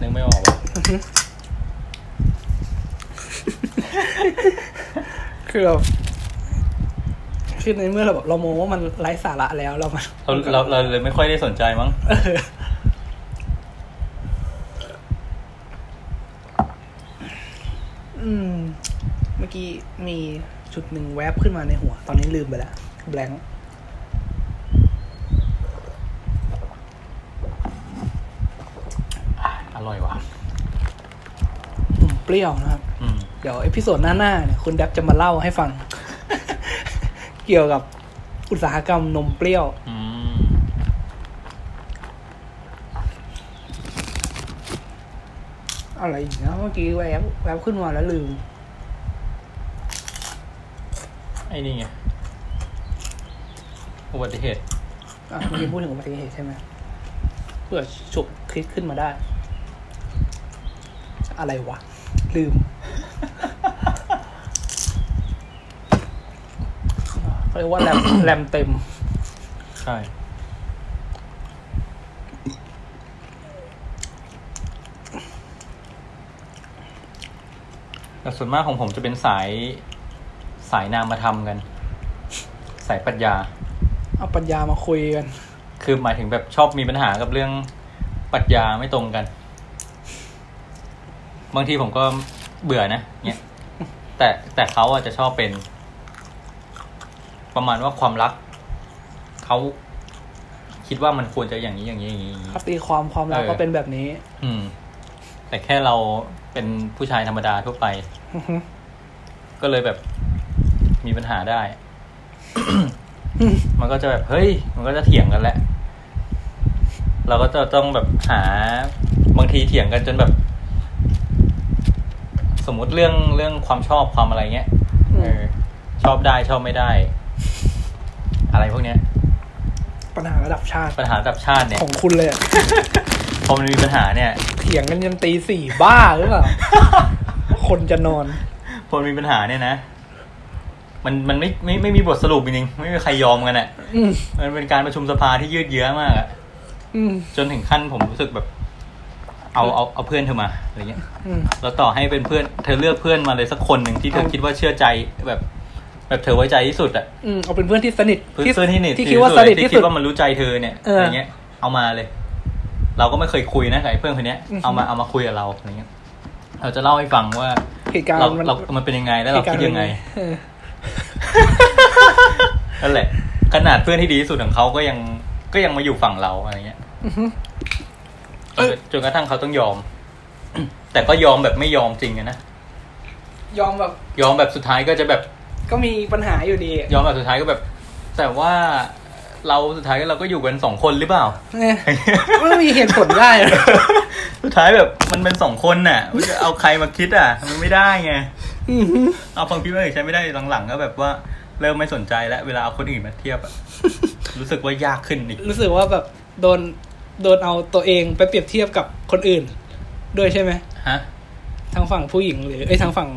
นึกไม่ออกว่ะ คือแบบคือในเมื่อเราแบบเรามองว่ามันไร้สาระแล้วเรามัน เราเราเราเลยไม่ค่อยได้สนใจมั้ง อืม เมื่อกี้มีจุดหนึ่งแวบขึ้นมาในหัว ตอนนี้ลืมไปแล้วแบงค์ อร่อยว่ะ ผมเปรี้ยวนะครับ อืม เดี๋ยวเอพิโซดหน้าๆเนี่ยคุณแดบจะมาเล่าให้ฟัง เกี่ยวกับอุตสาหกรรมนมเปรี้ยว อืม อะไรอีกนะเมื่อกี้แวบแวบขึ้นมาแล้วลืม ไอ้นี่ไง อุบัติเหตุ อ่ะเมื่อกี้พูดถึงอุบัติเหตุใช่ไหมเพื่อฉุกคิดขึ้นมาได้ อะไรวะ ลืม เขาเรียกว่าแรม แรมเต็ม ใช่ แต่ส่วนมากของผมจะเป็นสายสายนามธรรมกัน สายปรัชญา เอาปัญญามาคุยกัน คือหมายถึงแบบชอบมีปัญหากับเรื่องปรัชญาไม่ตรงกัน บางทีผมก็เบื่อนะ เนี่ยแต่แต่เขาอาจจะชอบเป็น ประมาณว่าความรัก เขาคิดว่ามันควรจะอย่างนี้อย่างนี้อย่างนี้อย่างนี้ คตีความความรัก เออ ก็เป็นแบบนี้ อืม แต่แค่เราเป็นผู้ชายธรรมดาทั่วไป อือฮึ ก็เลยแบบมีปัญหาได้ มันก็จะแบบเฮ้ย มันก็จะเถียงกันแหละ เราก็จะต้องแบบหาบางทีเถียงกันจนแบบ สมมุติเรื่องเรื่องความชอบความอะไรเงี้ยเออชอบได้ชอบไม่ได้ อะไรพวกเนี้ย ปัญหาระดับชาติ ปัญหาระดับชาติเนี่ย ของคุณเลยอะ พอมันมีปัญหาเนี่ย เถียงกันยันตีสี่บ้าหรือเปล่า คนจะนอน คนมีปัญหาเนี่ยนะ มันมันไม่ไม่ไม่มีบทสรุปจริงๆไม่มีใครยอมกันอะ่ะ อืม มันเป็นการประชุมสภาที่ยืดเยื้อมากอะ อืม จนถึงขั้นผมรู้สึกแบบ เอาเอาเอาเพื่อนเธอมาอะไรเงี้ย อืม แล้วต่อให้เป็นเพื่อนเธอเลือกเพื่อนมาเลยสักคนหนึ่งที่เธอ เอา คิดว่าเชื่อใจแบบ แบบเธอไว้ใจที่สุดอะ่ะ อืมเอาเป็นเพื่อนที่สนิท เพื่อนเพื่อนที่นี่ ที่คิดว่าสนิทที่ ที่คิ สุ ด ด ว่ามันรู้ใจเธอเนี่ย เอออ อะไรเงี้ย เอามาเลย เราก็ไม่เคยคุยนะกับไอ้เพื่อนคนเนี้ย อือหือ เอามาเอามาคุยกับเราอะไรเงี้ย เราจะเล่าให้ฟังว่า เหตุการณ์ เรา มัน เรามันเป็นยังไงแล้วเราคิดยังไง เออ นั่นแหละ ขนาดเพื่อนที่ดีที่สุดของเขาก็ยังก็ยังมาอยู่ฝั่งเราอะไรเงี้ย อือฮึ จนจนกระทั่งเขาต้องยอม แต่ก็ยอมแบบไม่ยอมจริงอะนะ ยอมแบบ ยอมแบบสุดท้ายก็จะแบบ ก็มีปัญหาอยู่ ดี ยอมแบบสุดท้ายก็แบบ แต่ว่าเราสุดท้ายก็เราก็อยู่กันสองคนหรือเปล่า เนี่ยมันมีเหตุผลได้ เหรอ สุดท้ายแบบมันเป็นสองคนน่ะมันจะเอาใครมาคิดอ่ะ มันไม่ได้ไง อือฮึ เอาความคิดมาใช้ไม่ได้หลังๆ ก็แบบว่าเริ่มไม่สนใจแล้วเวลาเอาคนอื่นมาเทียบ อะรู้สึกว่ายากขึ้นอีก รู้สึกว่าแบบโดนโดนเอาตัวเองไปเปรียบเทียบกับคนอื่น ด้วยใช่ไหม ฮ ะ ทางฝั่งผู้หญิงหรือเอ้ยทางฝั่ง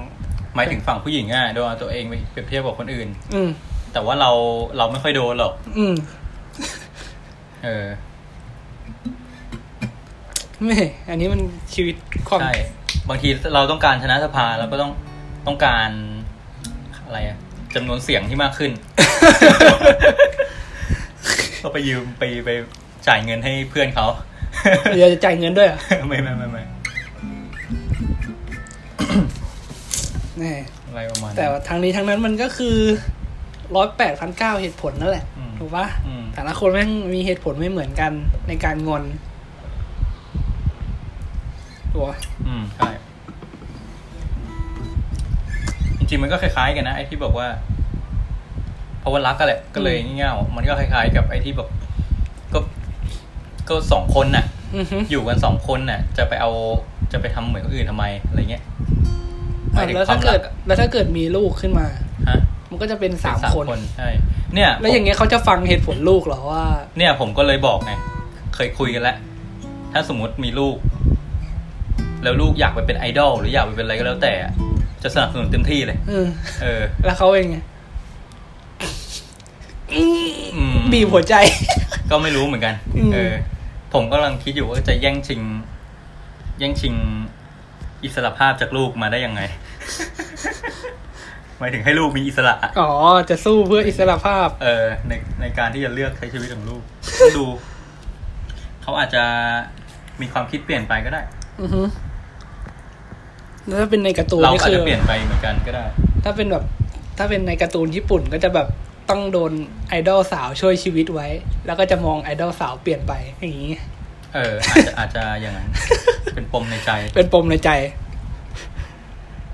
หมายถึงฝั่งผู้หญิงอ่ะโดนเอาตัวเองไปเปรียบเทียบกับคนอื่น อืม แต่ว่าเราเราไม่ค่อยโดนหรอก อืม เออ ไม่อันนี้มันชีวิตความ ใช่ บางทีเราต้องการชนะสภาเราก็ต้องต้องการอะไรอะจำนวนเสียงที่มาก ขึ้น ก็ไปยืมไปไปจ่ายเงินให้เพื่อนเขา เดี๋ยวจะจ่ายเงินด้วยเหรอ ไม่ไม่ไม่ไม่ แน่ อะไรประมาณนั้น แต่ว่าทางนี้ทางนั้นมันก็คือร้อยแปดพันเก้าเหตุผลนั่นแหละ อืม ถูกปะ อืม แต่ละคนแม่งมีเหตุผลไม่เหมือนกันในการงอนตัว อืมใช่จริงๆมันก็คล้ายๆกันนะไอ้ที่บอกว่าเพราะว่ารักก็แหละ ก็เลยงี่เง่ามันก็คล้ายๆ กับไอ้ที่แบบก็ก็สองคนน่ะ อือฮึ อยู่กันสองคนน่ะ จะไปเอาจะไปทำเหมือนคนอื่นทำไมอะไรเงี้ยหมายถึง แล้ว ควา ถ้าม รั เกิด อะ แล้วถ้าเกิดมีลูกขึ้นมา ฮะ มันก็จะเป็นสาม เป็ คน ใช่เนี่ย แล้วอย่าง ผม เงี้ยเขาจะฟังเหตุผลลูกเหรอว่า เนี่ยผมก็เลยบอกไงเคยคุยกันแล้ว ถ้าสมมติมีลูก แล้วลูกอยากไปเป็นไอดอลหรืออยากไปเป็นอะไรก็แล้วแต่อะจะสนับสนุนเต็มที่เลย เออ เออ แล้วเขาเป็นไงอื้อ อืม บีบหัวใจ ก็ไม่รู้เหมือนกัน อืม เออ ผมกำลังคิดอยู่ว่าจะแย่งชิง แย่งชิง อิสระภาพจากลูกมาได้ยั งไง หมายถึงให้ลูกมีอิสระ อ๋อ จะสู้เพื่ออิสรภาพ เออในในการที่จะเลือกใช้ชีวิตของลูก ดู เขาอาจจะมีความคิดเปลี่ยนไปก็ได้ อือฮึแล้วถ้าเป็นในการ์ตูน เรา นี่ อาจ คือ จะเปลี่ยนไปเหมือนกันก็ได้ ถ้าเป็นแบบ ถ้าเป็นในการ์ตูนญี่ปุ่นก็จะแบบต้องโดนไอดอลสาวช่วยชีวิตไว้ แล้วก็จะมองไอดอลสาวเปลี่ยนไปอย่างนี้ เออ อาจจะอาจจะอย่างนั้น เป็นปมในใจ เป็นปมในใจ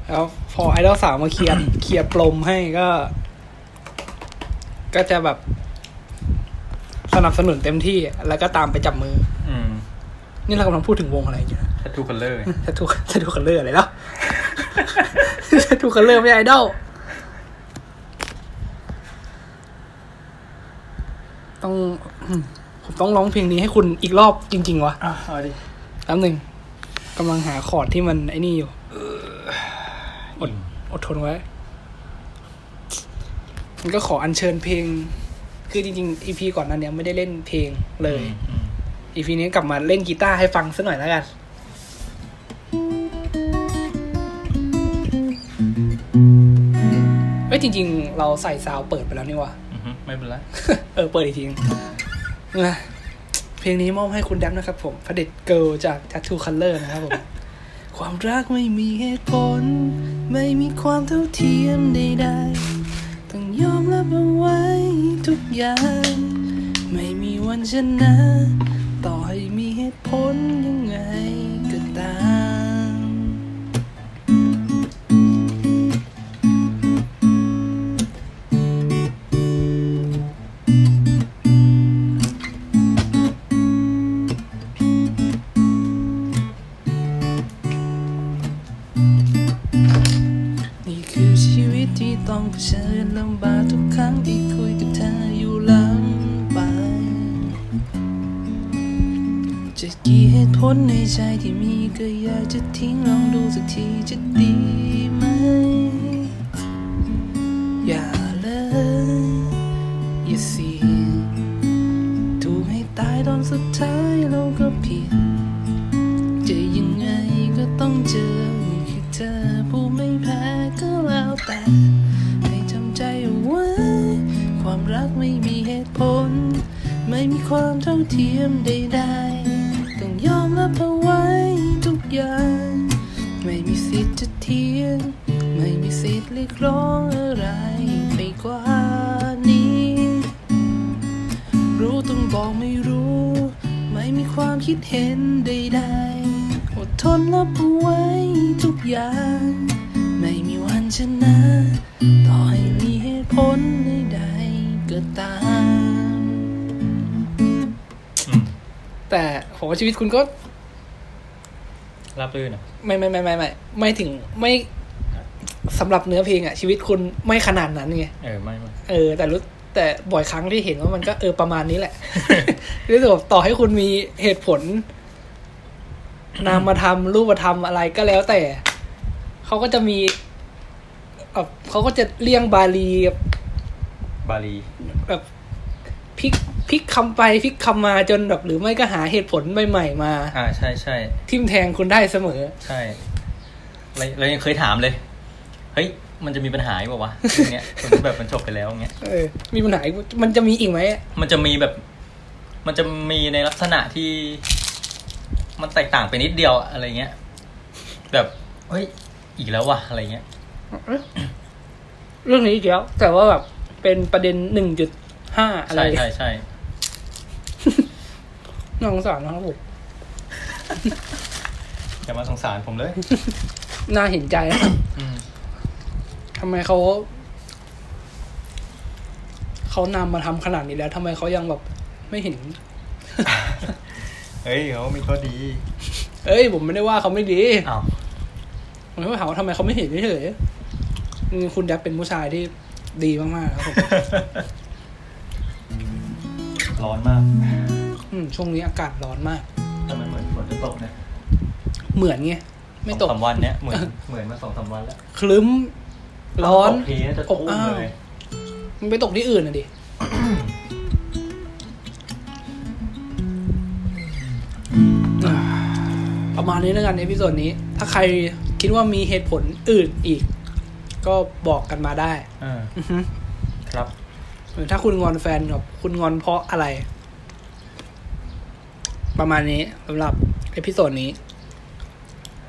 แล้วพอไอดอลสาวมาเคลียร์ เคลียร์ปมให้ก็ ก็จะแบบ สนับสนุนเต็มที่ แล้วก็ตามไปจับมือ อืม นี่เรากำลังพูดถึงวงอะไรอยู่นะ ทัตทูคัลเลอร์ ถ้าถูกถ้าถูกคันเลอร์อะไร แล้วถ้าถูกคันเลอร์ไม่ใช่ไอดอลต้องอืมผมต้องร้องเพลงนี้ให้คุณอีกรอบจริง ๆวะ อ่ะเอาดิ แป๊บหนึ่งกำลังหาคอร์ดที่มันไอ้นี่อยู่อดอดทนไว้ มันก็ขออัญเชิญเพลง คือจริงๆ EP ก่อนหนั้นเนี้ยไม่ได้เล่นเพลงเลย EP นี้กลับมาเล่นกีตาร์ให้ฟังสักหน่อยแล้วกัน เอ้ยจริง ๆ เราใส่ซาวด์เปิดไปแล้วนี่วะ อืมอืมไม่เป็นไร เออ เปิดอีกทีนึง นะเพลงนี้มอบให้คุณแดับนะครับผมพระเด็จเกิลจาก Tattoo Color นะครับผม ความรักไม่มีเหตุผล ไม่มีความเท่าเทียมใดๆต้องยอมรับเอาไว้ทุกอย่าง ไม่มีวันชนะ ต่อให้มีเหตุผลยังไงก็ตาม นี่คือชีวิตที่ต้องเผชิญลำบากทุกครั้งที่คุยกับเธออยู่หลังไป จะกี่เหตุผลในใจที่มีก็อยากจะทิ้งลองดูสักทีจะดี มีความเท่าเทียมใดๆต้องยอมรับเอาไว้ทุกอย่าง ไม่มีสิทธิ์จะเทียง ไม่มีสิทธิ์เรียกร้องอะไรไปกว่านี้ รู้ต้องบอกไม่รู้ ไม่มีความคิดเห็นใดๆอดทนรับเอาไว้ทุกอย่าง ไม่มีวันชนะ ต่อให้มีเหตุผลใดๆก็ตาม อืม แต่ผมว่าชีวิตคุณก็ รับรื่นอะ ไม่ไม่ไม่ไม่ไม่ไม่ถึงไม่สำหรับเนื้อเพลงอะชีวิตคุณไม่ขนาดนั้นไง เออไม่ไม่ เออ แต่รู้แต่บ่อยครั้งที่เห็นว่ามันก็เออประมาณนี้แหละ รู้สึกว่าต่อให้คุณมีเหตุผล นามธรรมรูปธรรมอะไรก็แล้วแต่เขาก็จะมีเอ่อเขาก็จะเลี่ยงบาลีแบบ บาลี แบบพลิกพลิกคำไปพลิกคำมาจนแบบหรือไม่ก็หาเหตุผลใหม่ๆมา อ่าใช่ใช่ ทิมแทงคุณได้เสมอ ใช่เราเรายังเคยถามเลย เฮ้ย มันจะมีปัญหาอีกเปล่าวะเรื่องเนี้ย สมมติแบบมันจบไปแล้วเงี้ย เออ มีปัญหาอีกมันจะมีอีกไหม มันจะมีแบบ มันจะมีในลักษณะที่ มันแตกต่างไปนิดเดียวอะอะไรเงี้ย แบบ เฮ้ย อีกแล้ววะอะไรเงี้ย เรื่องนี้อีกแล้ว แต่ว่าแบบเป็นประเด็นหนึ่งจุดห้าอะไร ใช่ใช่ใช่ น้องสารนะครับผม อย่ามาสงสารผมเลย น่าเห็นใจนะ อื ม ทำไมเขา เขานำมาทำขนาดนี้แล้วทำไมเขายังแบบไม่เห็น เฮ้ยเขามีข้อดี เอ้ย ผมไม่ได้ว่าเขาไม่ดี อ้าว ผมแค่ถามว่าทำไมเขาไม่เห็นเฉยๆอืมคุณแดบเป็นผู้ชายที่ดีมากๆครับผม ร้อนมาก อืมช่วงนี้อากาศร้อนมาก แต่มันเหมือนฝนจะตกนะ เหมือนไงไม่ตก สองสามวันเนี้ยเหมือนเหมือนมาสองสามวันแล้ว คลึ้ม ร้อน ตกทีน่าจะ อบ ตุ้ม อ้าว เลย มันไปตกที่อื่นนะดิ อ่าประมาณนี้แล้วกันในพิโซดนี้ ถ้าใครคิดว่ามีเหตุผลอื่นอีก ก็บอกกันมาได้ อ่า อือฮึ ครับ หรือถ้าคุณงอนแฟนกับคุณงอนเพราะอะไร ประมาณนี้สำหรับเอพิโซดนี้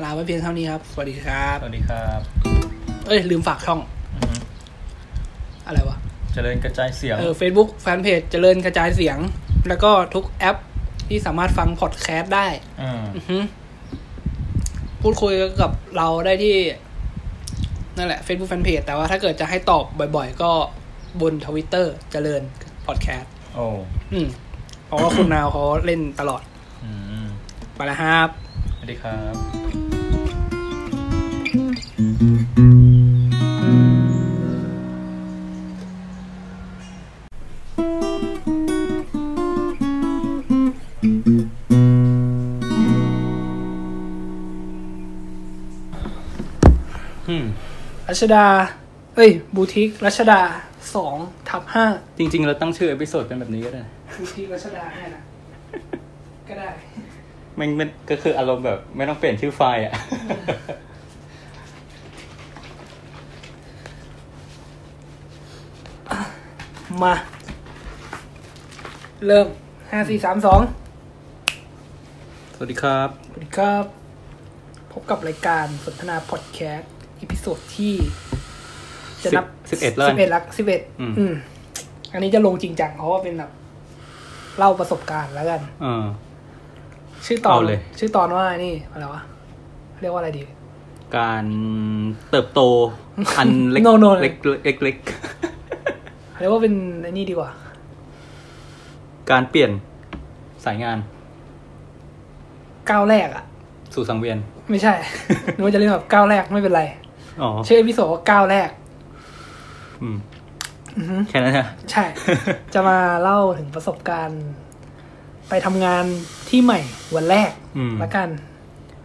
ลาไว้เพียงเท่านี้ครับ สวัสดีครับ สวัสดีครับ เอ้ย ลืมฝากช่อง อือฮึ อะไรวะ เจริญกระจายเสียง เออ Facebook แฟนเพจเจริญกระจายเสียง แล้วก็ทุกแอปที่สามารถฟังพอดแคสต์ได้ อ่า อือฮึพูดคุยกับเราได้ที่ นั่นแหละ Facebook Fanpage แต่ว่าถ้าเกิดจะให้ตอบบ่อยๆ ก็บนทวิตเตอร์เจริญพอดแคสต์ โอ้ อืมเพราะว่าคุณนาวเขาเล่นตลอด อืม ไปแล้วครับ สวัสดีครับอืม รัชดา เอ้ย บูทิกรัชดาสองทับห้า จริง ๆ เราตั้งชื่อเอพิโซดเป็นแบบนี้ก็ได้นะ บูทิกรัชดาให้นะ ก็ได้ มันมันก็คืออารมณ์แบบ ไม่ต้องเปลี่ยนชื่อไฟล์อ่ะ มา เริ่มห้าสี่สามสอง สวัสดีครับ สวัสดีครับ พบกับรายการสนทนาพอดแคสต์อีพิโซดที่ จะนับ สิบ11แล้วกั สิ น บเอ็ดละสิบเอ็ด อืม อืม อันนี้จะลงจริงจังเพราะว่าเป็นแบบเล่าประสบการณ์แล้วกัน อ่า ชื่อตอน เอาเลย ชื่อตอนว่านี่อะไรวะเรียกว่าอะไรดี การเติบโตอันเล็ก No, no, no. เล็กเล็กเล็ก เรียกว่าเป็นไอ้นี่ดีกว่า การเปลี่ยนสายงาน ก้าวแรกอะ สู่สังเวียน ไม่ใช่ หนูจะเรียกแบบก้าวแรกไม่เป็นไร อ๋อ ชื่ออีพิโซดว่าก้าวแรก อืม อือฮึ แค่นั้นนะ ใช่ จะมาเล่าถึงประสบการณ์ ไปทำงานที่ใหม่วันแรก อืม ละกัน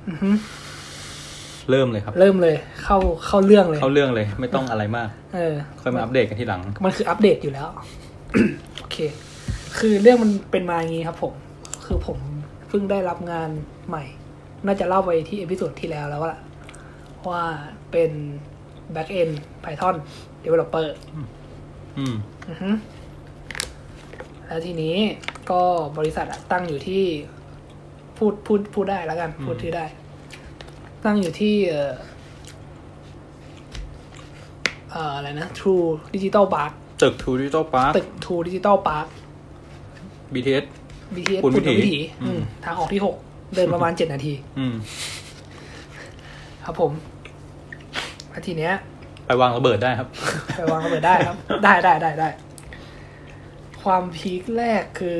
อือฮึ เริ่มเลยครับ เริ่มเลย เข้าเข้าเรื่องเลย เข้าเรื่องเลยไม่ต้องอะไรมาก เออ ค่อยมาอัปเดตกันทีหลัง มันคืออัปเดตอยู่แล้ว โอเค คือเรื่องมันเป็นมาอย่างนี้ครับผม คือผมเพิ่งได้รับงานใหม่ น่าจะเล่าไปที่เอพิ o d ดที่แล้วแล้วล่ะ ว่าเป็น Backend Python Developer อืม อือฮึแล้วทีนี้ก็ ก็บริษัทอะตั้งอยู่ที่พูดพูดพูดได้แล้วกัน พูดที่ได้ ตั้งอยู่ที่เอ่อเอ่ออะไรนะ True Digital Park ตึกทูดิจิตอลพาร์ค ตึก True Digital Park BTS BTS ปุณวิถี ณวิถี อืม อืมทางออกที่หกเดินประมาณเจ็ดนาที อืม ครับผมอาทีเนี้ย ไปวางระเบิดได้ครับ ไปวางระเบิดได้ครับ ได้ได้ได้ได้ ความพีคแรกคือ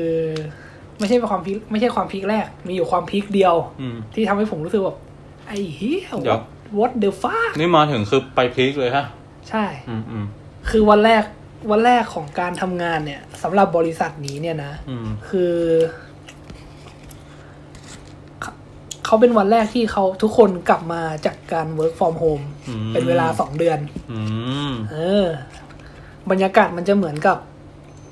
ไม่ใช่ความพีคไม่ใช่ความพีคแรก มีอยู่ความพีคเดียว อืม ที่ทำให้ผมรู้สึกแบบไอ้เหี้ย เดี๋ยว what what the fuck นี่มาถึงคือไปพลิกเลยฮะ ใช่ อืมอืม คือวันแรกวันแรกของการทำงานเนี่ยสำหรับบริษัทนี้เนี่ยนะ อืม คือเขาเขาเป็นวันแรกที่เขาทุกคนกลับมาจากการ work from home อืม เป็นเวลาสองเดือน อืม เออ บรรยากาศมันจะเหมือนกับ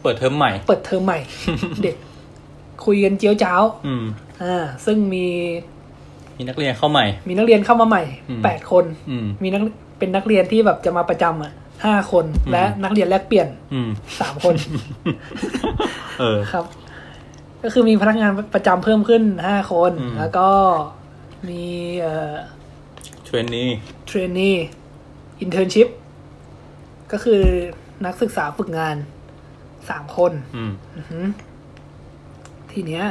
เปิดเทอมใหม่ เปิดเทอมใหม่ เด็ก คุยกันเจียวเจ้าว อืม อ่า ซึ่งมี มีนักเรียนเข้าใหม่ มีนักเรียนเข้ามาใหม่ อืม แปดคน อืม มีนักเป็นนักเรียนที่แบบจะมาประจำอ่ะห้าคน อืม และนักเรียนแลกเปลี่ยน อืม สามคน เออ ครับ ก็คือมีพนักงานประจำเพิ่มขึ้นห้าคน อืม แล้วก็มีเอ่อ เทรนนี้ เทรนนีอินเทอร์ชิพก็คือนักศึกษาฝึกงานสามคน อืม อือหือทีเนี้ย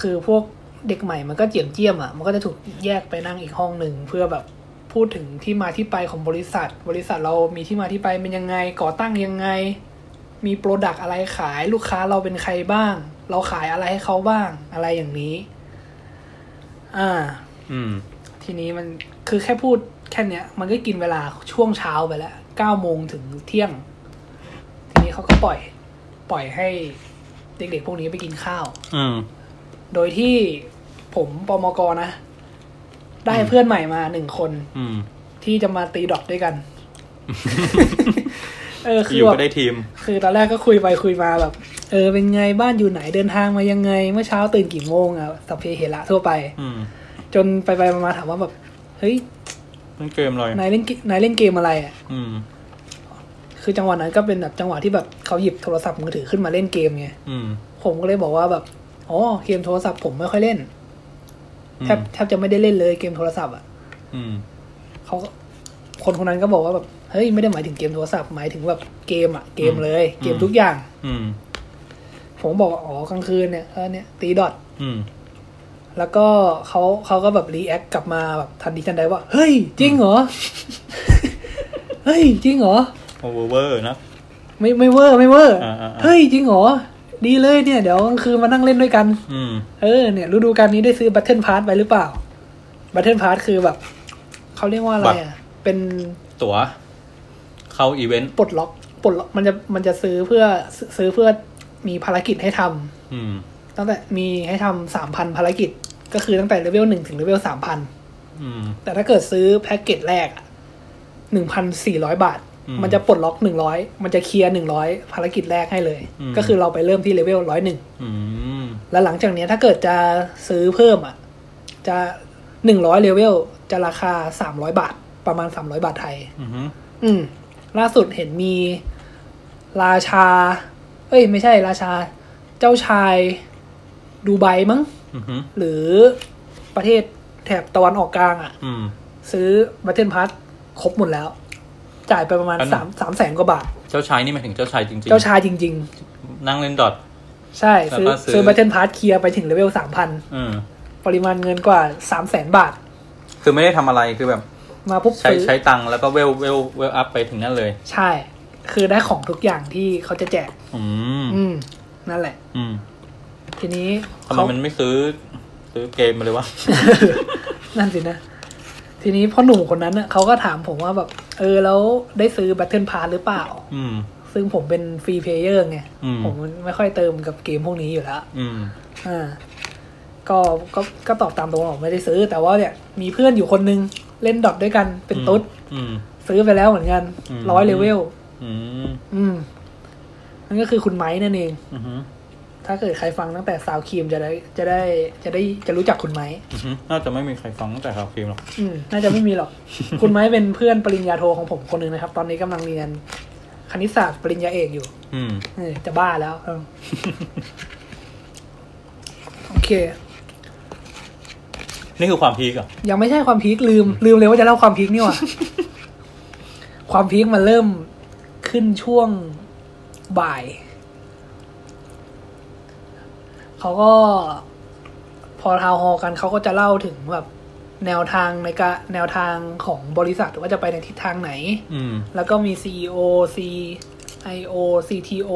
คือพวกเด็กใหม่มันก็เจียมเจียมๆอ่ะ มันก็จะถูกแยกไปนั่งอีกห้องหนึ่งเพื่อแบบพูดถึงที่มาที่ไปของบริษัท บริษัทเรามีที่มาที่ไปเป็นยังไง ก่อตั้งยังไง มีโปรดักต์อะไรขาย ลูกค้าเราเป็นใครบ้าง เราขายอะไรให้เขาบ้าง อะไรอย่างนี้ อ่า อืม ทีนี้มันคือแค่พูดแค่เนี้ย มันก็กินเวลาช่วงเช้าไปแล้วเก้าโมงถึงเที่ยง ทีนี้เขาก็ปล่อย ปล่อยให้เด็กๆพวกนี้ไปกินข้าว อืม โดยที่ผมปมกนะ ได้เพื่อนใหม่มาหนึ่งคน อืม ที่จะมาตีดอก ด้วยกัน เออ คื อ อยู่ แบ ก็ บ ได้ทีม คือตอนแรกก็คุยไปคุยมาแบบ เออเป็นไงบ้านอยู่ไหนเดินทางมายังไง เมื่อเช้าตื่นกี่โมงอะสัพเพเหระทั่วไป อืม จนไปไปๆมาๆถามว่าแบบเฮ้ย นั่นเกมอะไร นายเล่นเกนายเล่นเกมอะไรอ่ะ อืม คือจังหวะนั้นก็เป็นแบบจังหวะที่แบบเขาหยิบโทรศัพท์มือถือขึ้นมาเล่นเกมไง อืม ผมก็เลยบอกว่าแบบ อ๋อ เกมโทรศัพท์ผมไม่ค่อยเล่น อืม แทบแทบจะไม่ได้เล่นเลยเกมโทรศัพท์อ่ะ อืม เขาก็คนคนนั้นก็บอกว่าแบบ เฮ้ย ไม่ได้หมายถึงเกมโทรศัพท์ หมายถึงแบบเกมอ่ะ เกมเลย เกมทุกอย่าง อืม ผมบอกว่าอ๋อกลางคืนเนี่ยเออเนี่ยตีดอท อืม แล้วก็เขาเขาก็แบบรีแอคกลับมาแบบทันทีทันใดว่า เฮ้ย จริงเหรอ เฮ้ย จริงเหรอ โอเวอร์เวอร์นะ ไม่ไม่เวอร์ไม่เวอร์ อ่าอ่าอ่า เฮ้ยจริงเหรอ ดีเลยเนี่ยเดี๋ยวกลางคืนมานั่งเล่นด้วยกัน อืม เออเนี่ยฤดูกาลนี้ได้ซื้อบัตเทิลพาร์ไปหรือเปล่าบัตเทิลพาร์คือแบบ เขาเรียกว่าอะไร บัตร อ่ะ เป็น ตั๋ว เข้าอีเวนต์ ปลดล็อกปลดล็อกมันจะมันจะซื้อเพื่อซื้อซื้อเพื่อมีภารกิจให้ทำ อืม ตั้งแต่มีให้ทำสามพันภารกิจ ก็คือตั้งแต่เลเวลหนึ่งถึงเลเวลสามพัน อืม แต่ถ้าเกิดซื้อแพ็กเกจแรกหนึ่งพันสี่ร้อยบาท อืม มันจะปลดล็อกหนึ่งร้อยมันจะเคลียร์หนึ่งร้อยภารกิจแรกให้เลย อืม ก็คือเราไปเริ่มที่เลเวลร้อยหนึ่ง อืม แล้วหลังจากเนี้ยถ้าเกิดจะซื้อเพิ่มอ่ะ จะหนึ่งร้อยเลเวลจะราคาสามร้อยบาท ประมาณสามร้อยบาทไทย อืม อืม ล่าสุดเห็นมีราชา เอ้ย ไม่ใช่ราชา เจ้าชายดูไบมั้ง อืม หรือประเทศแถบตะวันออกกลางอ่ะ อืม ซื้อบัตเทนพัสครบหมดแล้ว จ่ายไปประมาณ อัน สามสามแสนกว่าบาท เจ้าชายนี่หมายถึงเจ้าชายจริงๆ เจ้าชายจริง นั่งเล่นดอท ๆ ใช่ซื้อ แล้วก็ซื้อ ซื้อบัตเทนพัสเคลียร์ไปถึงเลเวลสามพัน อืม ปริมาณเงินกว่าสามแสนบาท คือไม่ได้ทำอะไร คือแบบ มาปุ๊บ ใช้ ซื้อ ใช้ตังค์แล้วก็เวลเวลเวลอัพไปถึงนั่นเลย ใช่ คือได้ของทุกอย่างที่เขาจะแจก อืม อืม นั่นแหละ อืม ทีนี้ ทำไม เขา มันไม่ซื้อ ซื้อเกมมาเลยวะ นั่นสินะ ทีนี้พ่อหนุ่มคนนั้นน่ะเขาก็ถามผมว่าแบบ เออ แล้วได้ซื้อ Battle Pass หรือเปล่า อืม ซึ่งผมเป็นฟรีเพลเยอร์ไง อืม ผมไม่ค่อยเติมกับเกมพวกนี้อยู่แล้ว อืม อ่า ก็ก็ก็ตอบตามตรงบอกไม่ได้ซื้อ แต่ว่าเนี่ย มีเพื่อนอยู่คนนึง เล่นดอทด้วยกันเป็นตุ๊ด อืม ซื้อไปแล้วเหมือนกัน อืม ร้อยเลเวล อืม อืมนั่นก็คือคุณไม้นั่นเอง อืม ถ้าเกิดใครฟังตั้งแต่ซาวครีมจะได้จะได้จะได้จะรู้จักคุณไม้ อืม น่าจะไม่มีใครฟังตั้งแต่ข่าวครีมหรอก อืม น่าจะไม่มีหรอก คุณไม้เป็นเพื่อนปริญญาโทของผมคนหนึ่งนะครับ ตอนนี้กำลังเรียน คณิตศาสตร์ปริญญาเอกอยู่ อืม เออจะบ้าแล้วเออ โอเค นี่คือความพีกเหรอ่ะ ยังไม่ใช่ความพีคลืม ลืมเลยว่าจะเล่าความพีคนี่หว่า ความพีคมันเริ่มขึ้นช่วงบ่าย เขาก็ พอทาวน์ฮอลล์กันเขาก็จะเล่าถึงแบบ แนวทางในกะแนวทางของบริษัทว่าจะไปในทิศทางไหน อืม แล้วก็มี CEO CIO CTO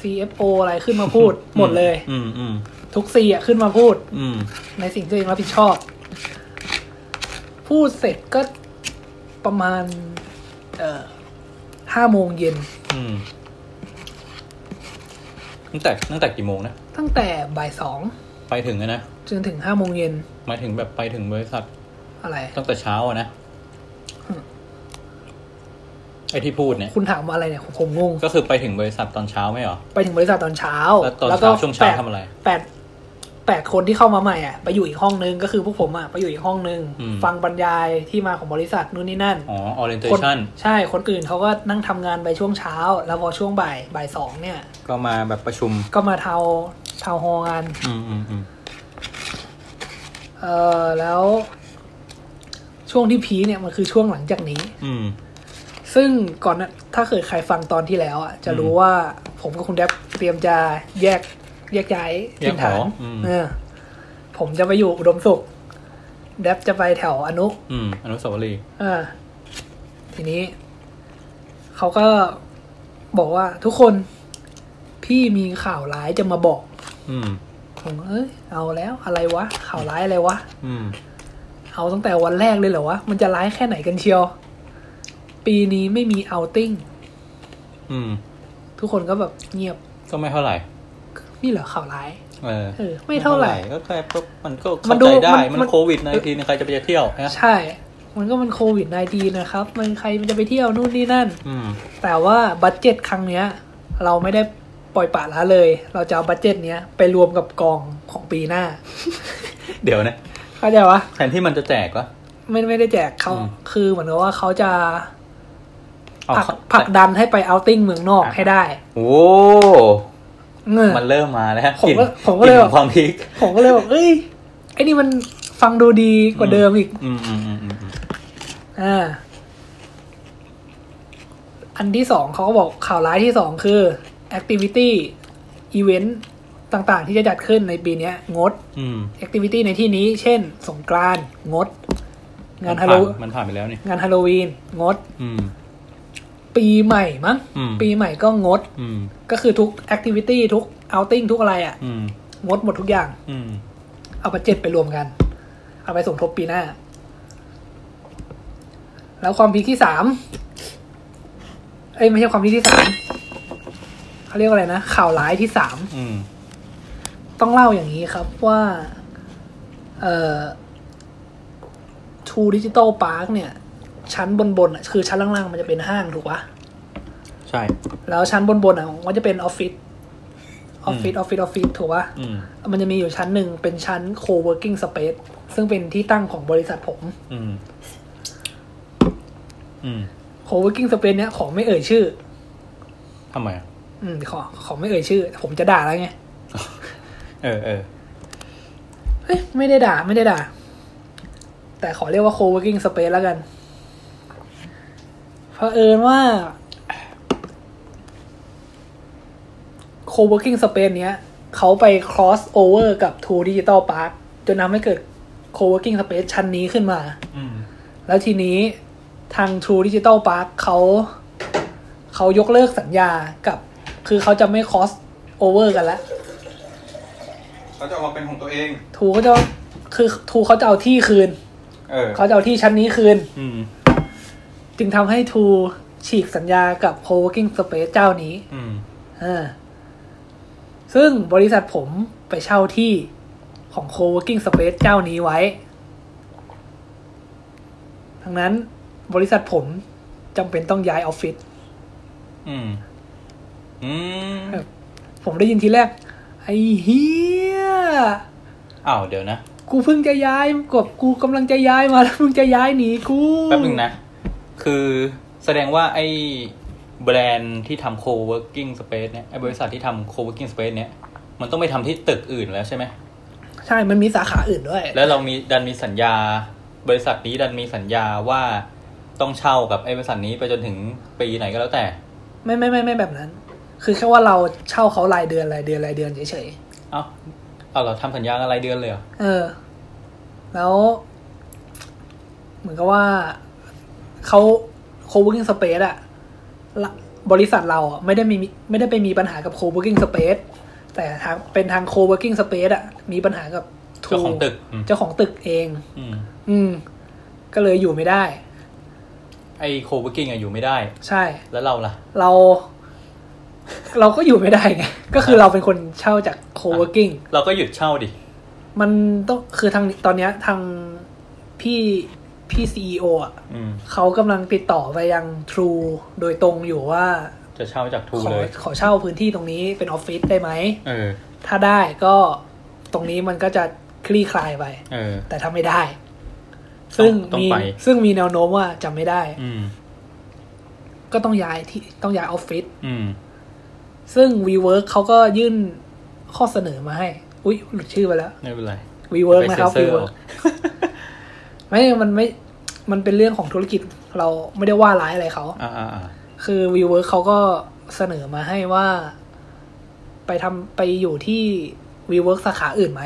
CFO อะไรขึ้นมาพูด หมดเลย อืม อืม ทุกซีอ่ะขึ้นมาพูด อืม ในสิ่งที่ตัวเองรับผิดชอบ พูดเสร็จก็ประมาณ เอ่อห้าโมงเย็น อืม ตั้งแต่ตั้งแต่กี่โมงนะ ตั้งแต่บ่ายสอง ไปถึงอะนะ จนถึงห้าโมงเย็น หมายถึงแบบไปถึงบริษัท อะไร ตั้งแต่เช้าอะนะ อืม ไอที่พูดเนี่ย คุณถามว่าอะไรเนี่ยผมผมงง ก็คือไปถึงบริษัทตอนเช้าไหมเหรอ ไปถึงบริษัทตอนเช้า แล้วตอน ก็ เช้าช่วงเช้า แปด ทำอะไร แปดแปดคนที่เข้ามาใหม่อ่ะไปอยู่อีกห้องนึงก็คือพวกผมอ่ะไปอยู่อีกห้องนึง อืม ฟังบรรยายที่มาของบริษัทนู่นนี่นั่น อ๋อ คน orientation ใช่คนอื่นเขาก็นั่งทำงานไปช่วงเช้า แล้วพอช่วงบ่ายบ่ายสองเนี่ย ก็มาแบบประชุม ก็มาเทาเทาฮอลล์กัน อืมอืมอืม เออแล้วช่วงที่พีคเนี่ยมันคือช่วงหลังจากนี้ อืม ซึ่งก่อนหนะถ้าเคยใครฟังตอนที่แล้วอ่ะจะรู้ว่าผมกับคุณแดบเตรียมจะแยกแยกย้าย แยกถิ่นหอฐาน อืม เออผมจะไปอยู่อุดมสุข แดบจะไปแถวอนุ อืม อนุสาวรีย์ เออทีนี้ เขาก็บอกว่าทุกคนพี่มีข่าวร้ายจะมาบอก อืม ผมก็เอ้ยเอาแล้วอะไรวะ ข่าวร้ายอะไรวะ อืม เอาตั้งแต่วันแรกเลยเหรอวะ มันจะร้ายแค่ไหนกันเชียว ปีนี้ไม่มีเอาติ้ง อืม ทุกคนก็แบบเงียบ ก็ไม่เท่าไหร่ นี่เหรอข่าวร้าย เออ เออ ไม่เท่าไหร่ ก็แค่ก็มันก็ มั เข้าน ดู ใจได้ มัน มัน มัน โควิดในทีใครจะไปเที่ยวนะ ใช่ มันก็มันโควิด1 9นะครับ มันใครมันจะไปเที่ยวนู่นนี่นั่น อืม แต่ว่าบัตเจ็ตครั้งเนี้ย เราไม่ได้ปล่อยปละละเลย เราจะเอาบัตเจ็ตเนี้ยไปรวมกับกองของปีหน้า เดี๋ยวนะ เข้าใจวะ แทนที่มันจะแจกวะ ไม่ไม่ได้แจกเขา อืม คือเหมือนกับว่าเขาจะ เอา ผลัก เข้า ผลักดันให้ไปเอาติ้งเมืองนอกให้ได้ โอ้ เออ มันเริ่มมาแล้ว ผมก็ ลิ่น ผมก็เลย ลิ่น แบบ ความพีค ผมก็เลยบอกเอ้ย ไอ้นี่มันฟังดูดีกว่าเดิมอีก อืมอืมอืมอืมอืม อ่า อันที่สองเขาก็บอกข่าวร้ายที่สองคือ activity event ต่างๆ ที่จะจัดขึ้นในปีเนี้ย งด อืม activity ในที่นี้ เช่น สงกรานต์งด งาน มั ฮา ผ่ โล มันผ่านไปแล้วนี่ งานฮาโลวีน งด อืม ปีใหม่มั้ง อืม ปีใหม่ก็งด อืม ก็คือทุก activity ทุก outing ทุกอะไรอะ่ะ อืม งดหมดทุกอย่าง อืม เอาบัตเจ็ตไปรวมกัน เอาไปสมทบปีหน้า แล้วความพีคที่สาม เอ้ยไม่ใช่ความพีคที่สามเขาเรียกว่าอะไรนะ ข่าวร้ายที่สาม อืม ต้องเล่าอย่างนี้ครับว่า เอ่อทูดิจิตอลพาร์คเนี่ย ชั้นบนบนๆอะคือชั้นล่างๆ มันจะเป็นห้างถูกปะ ใช่ แล้วชั้นบนบนๆอ่ะมันจะเป็นออฟฟิศ ออฟฟิศ ออฟฟิศ ออฟฟิศ ถูกปะ อืม มันจะมีอยู่ชั้นหนึ่งเป็นชั้น co-working space ซึ่งเป็นที่ตั้งของบริษัทผม อืม อืม co-working space เนี้ยขอไม่เอ่ยชื่อ ทำไมอะ อืมขอขอไม่เอ่ยชื่อแต่ผมจะด่าแล้วไง เออเออ เฮ้ยไม่ได้ด่าไม่ได้ด่า แต่ขอเรียกว่า co-working space แล้วกันเผอิญว่า co-working space เนี้ยเขาไป cross over กับ two digital park จนทำให้เกิด co-working space ชั้นนี้ขึ้นมา อืม แล้วทีนี้ทาง True Digital Park เขาเขายกเลิกสัญญากับ คือเขาจะไม่ cross over กันแล้ว เขาจะออกมาเป็นของตัวเอง ทูเขาจะคือทูเขาจะเอาที่คืน เออ เขาจะเอาที่ชั้นนี้คืน อืม จึงทำให้ทูฉีกสัญญากับ co-working space เจ้านี้ อืม เออซึ่งบริษัทผมไปเช่าที่ของ co-working space เจ้านี้ไว้ดังนั้นบริษัทผมจำเป็นต้องย้ายออฟฟิศ อืม อืม ผมได้ยินทีแรก ไอ้เฮีย อ้าว เดี๋ยวนะ กูเพิ่งจะย้ายกบกูกำลังจะย้ายมาแล้วมึงจะย้ายหนีกู แป๊บหนึ่งนะ คือแสดงว่าไอ้ แบรนด์ที่ทำ co-working space เนี่ยไอ้บริษัทที่ทำ co-working space เนี่ย มันต้องไปทำที่ตึกอื่นแล้วใช่ไหม ใช่มันมีสาขาอื่นด้วย แล้วเรามีดันมีสัญญา บริษัทนี้ดันมีสัญญาว่าต้องเช่ากับไอ้บริษัทนี้ไปจนถึงปีไหนก็แล้วแต่ ไม่ไม่ไม่ไม่แบบนั้น คือแค่ว่าเราเช่าเขารายเดือนรายเดือนรายเดือนเฉย เอ้าเอาเหราทำสัญญาอะไรายเดือนเลยเหรอ ๆ เออ แล้ว เหมือนกับว่าเขา co-working space อะละบริษัทเราอะไม่ได้มีไม่ได้ไปมีปัญหากับ co-working space แต่ทางเป็นทาง co-working space อะมีปัญหากับ เจ้าของตึกอืม เจ้าของตึกเอง อืม อืม ก็เลยอยู่ไม่ได้ ไอ้โคเวกิ้งอะอยู่ไม่ได้ ใช่ แล้วเราล่ะ เรา เราก็อยู่ไม่ได้ไง ก็คือเราเป็นคนเช่าจาก co-working เราก็หยุดเช่าดิ มันต้องคือทางตอนเนี้ยทางพี่พี่ซีออ่ะ อืม เขากำลังติดต่อไปยัง True โดยตรงอยู่ว่า จะเช่าจากทู ขอ เลย ขอเช่าพื้นที่ตรงนี้เป็นออฟฟิศได้ไหม เออ ถ้าได้ก็ตรงนี้มันก็จะคลี่คลายไป เออ แต่ถ้าไม่ได้ ซึ่ง ต้อง มี ไป ซึ่งมีแนวโน้มว่าจะไม่ได้ อืม ก็ต้องย้ายที่ต้องย้ายออฟฟิศ อืม ซึ่ง WeWork เขาก็ยื่นข้อเสนอมาให้ อุ๊ย หลุดชื่อไปแล้ว ไม่เป็นไร WeWork ไป นะครับ เซ็นเซอร์ WeWork ไม่ มันไม่ มันเป็นเรื่องของธุรกิจ เราไม่ได้ว่าร้ายอะไรเขา อ่าอ่าอ่า คือ WeWork เขาก็เสนอมาให้ว่า ไปทำไปอยู่ที่ WeWork สาขาอื่นไหม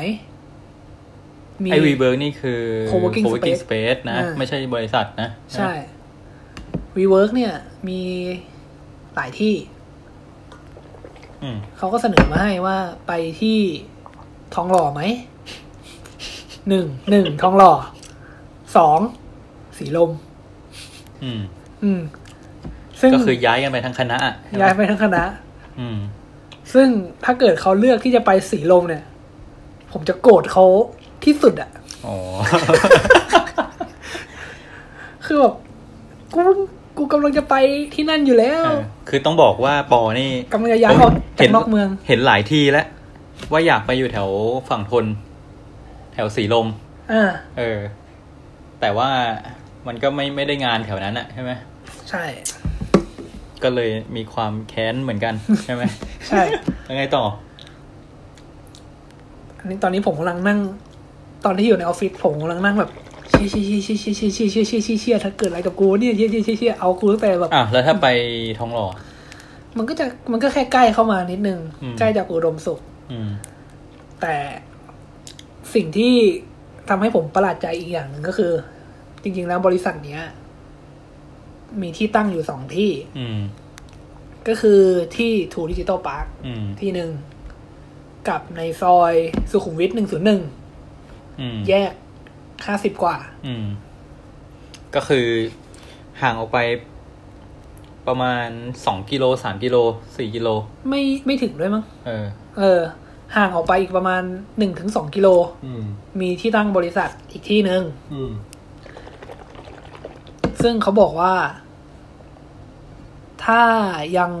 มี ไอวีเบิร์กนี่คือ co-working co-working space space นะ อ่า ไม่ใช่บริษัทนะ ใช่ WeWork เนี่ยมีหลายที่ อืม เขาก็เสนอมาให้ว่าไปที่ทองหล่อไหม หนึ่ง หนึ่งทองหล่อ สอง สีลม อืม อืม ซึ่ง ก็คือย้ายกันไปทั้งคณะอะใช่หม ย้ายไปทั้งคณะ อืม ซึ่งถ้าเกิดเขาเลือกที่จะไปสีลมเนี่ย ผมจะโกรธเขาที่สุดอะ อ๋อ คือแบบกู กูกำลังจะไปที่นั่นอยู่แล้ว เออคือต้องบอกว่าปอนี่ กำลังจะย้ายออกจากนอกเมือง เห็นหลายที่แล้ว ว่าอยากไปอยู่แถวฝั่งทน แถวสีลม อ่า เออ แต่ว่ามันก็ไม่ไม่ได้งานแถวนั้นอะใช่ไหม ใช่ ก็เลยมีความแค้นเหมือนกัน ใช่ไหม ใช่ แล้วไงต่อ อันนี้ตอนนี้ผมกำลังนั่ง ตอนที่อยู่ในออฟฟิศผมกำลังนั่งแบบเชี่ยเชี่ยเชี่ยเชี่ยเชี่ยเชี่ยเชี่ยเชี่ยเชี่ยเชี่ยถ้าเกิดอะไรกับกูเนี่ยเชี่ยเชี่ยเชี่ยเชี่ยเอากูตั้งแต่แบบ อ่ะ แล้วถ้าไปทองหล่อ มันก็จะมันก็แค่ใกล้เข้ามานิดนึง อืม ใกล้จากอุดมสุข อืม แต่สิ่งที่ทำให้ผมประหลาดใจอีกอย่างหนึ่งก็คือ จริง ๆ แล้วบริษัทเนี้ย มีที่ตั้งอยู่สองที่ อืม ก็คือที่ทูดิจิตอลพาร์ค อืม ที่หนึ่งกับในซอยสุขุมวิทหนึ่งศูนย์หนึ่ง อืม แยกห้าสิบกว่า อืม ก็คือห่างออกไปประมาณสองกิโลสามกิโลสี่กิโล ไม่ไม่ถึงด้วยมั้ง เออ เออ ห่างออกไปอีกประมาณหนึ่งถึงสองกิโล อืม มีที่ตั้งบริษัทอีกที่หนึ่ง อืม ซึ่งเขาบอกว่า ถ้ายัง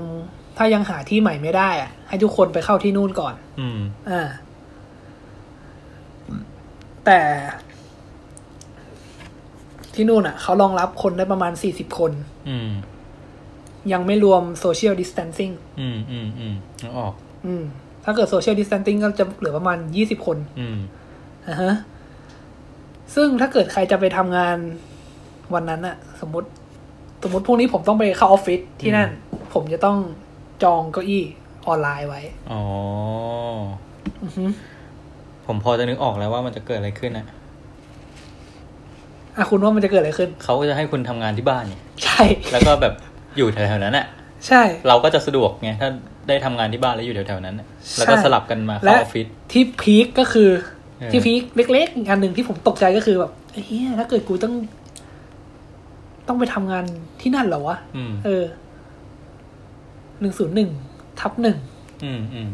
ถ้ายังหาที่ใหม่ไม่ได้อะให้ทุกคนไปเข้าที่นู่นก่อน อืม อ่า แต่ที่นู่นอ่ะ เขารองรับคนได้ประมาณสี่สิบคน อืม ยังไม่รวมโซเชียลดิส a ทนซิ่ง อืม อืม อืมนึกออก อืม ถ้าเกิดโซเชียลดิส a ทนซิ่งก็จะเหลือประมาณยี่สิบคน อืม อ่าฮะซึ่งถ้าเกิดใครจะไปทำงานวันนั้นอะสมมติ สมมติพรุ่งนี้ผมต้องไปเข้าออฟฟิศที่นั่น ผมจะต้องจองเก้าอี้ออนไลน์ไว้ อ๋อ อือฮึ ผมพอจะนึกออกแล้วว่ามันจะเกิดอะไรขึ้นอะ อ่ะคุณว่ามันจะเกิดอะไรขึ้น เขาก็จะให้คุณทำงานที่บ้านเนี่ย ใช่ แล้วก็แบบอยู่แถวๆนั้นอะ ใช่ เราก็จะสะดวกไง ถ้าได้ทำงานที่บ้านแล้วอยู่แถวๆนั้นน่ะ ใช่ แล้วก็สลับกันมาเข้าออฟฟิศ ที่พีคก็คือ เออ ที่พีคเล็กๆอีกอันหนึ่งที่ผมตกใจก็คือแบบเฮียถ้าเกิดกูต้อง ต้องไปทำงานที่นั่นเหรอวะ อืม เออหนึ่งศูนย์หนึ่งทับหนึ่ง อืมอืม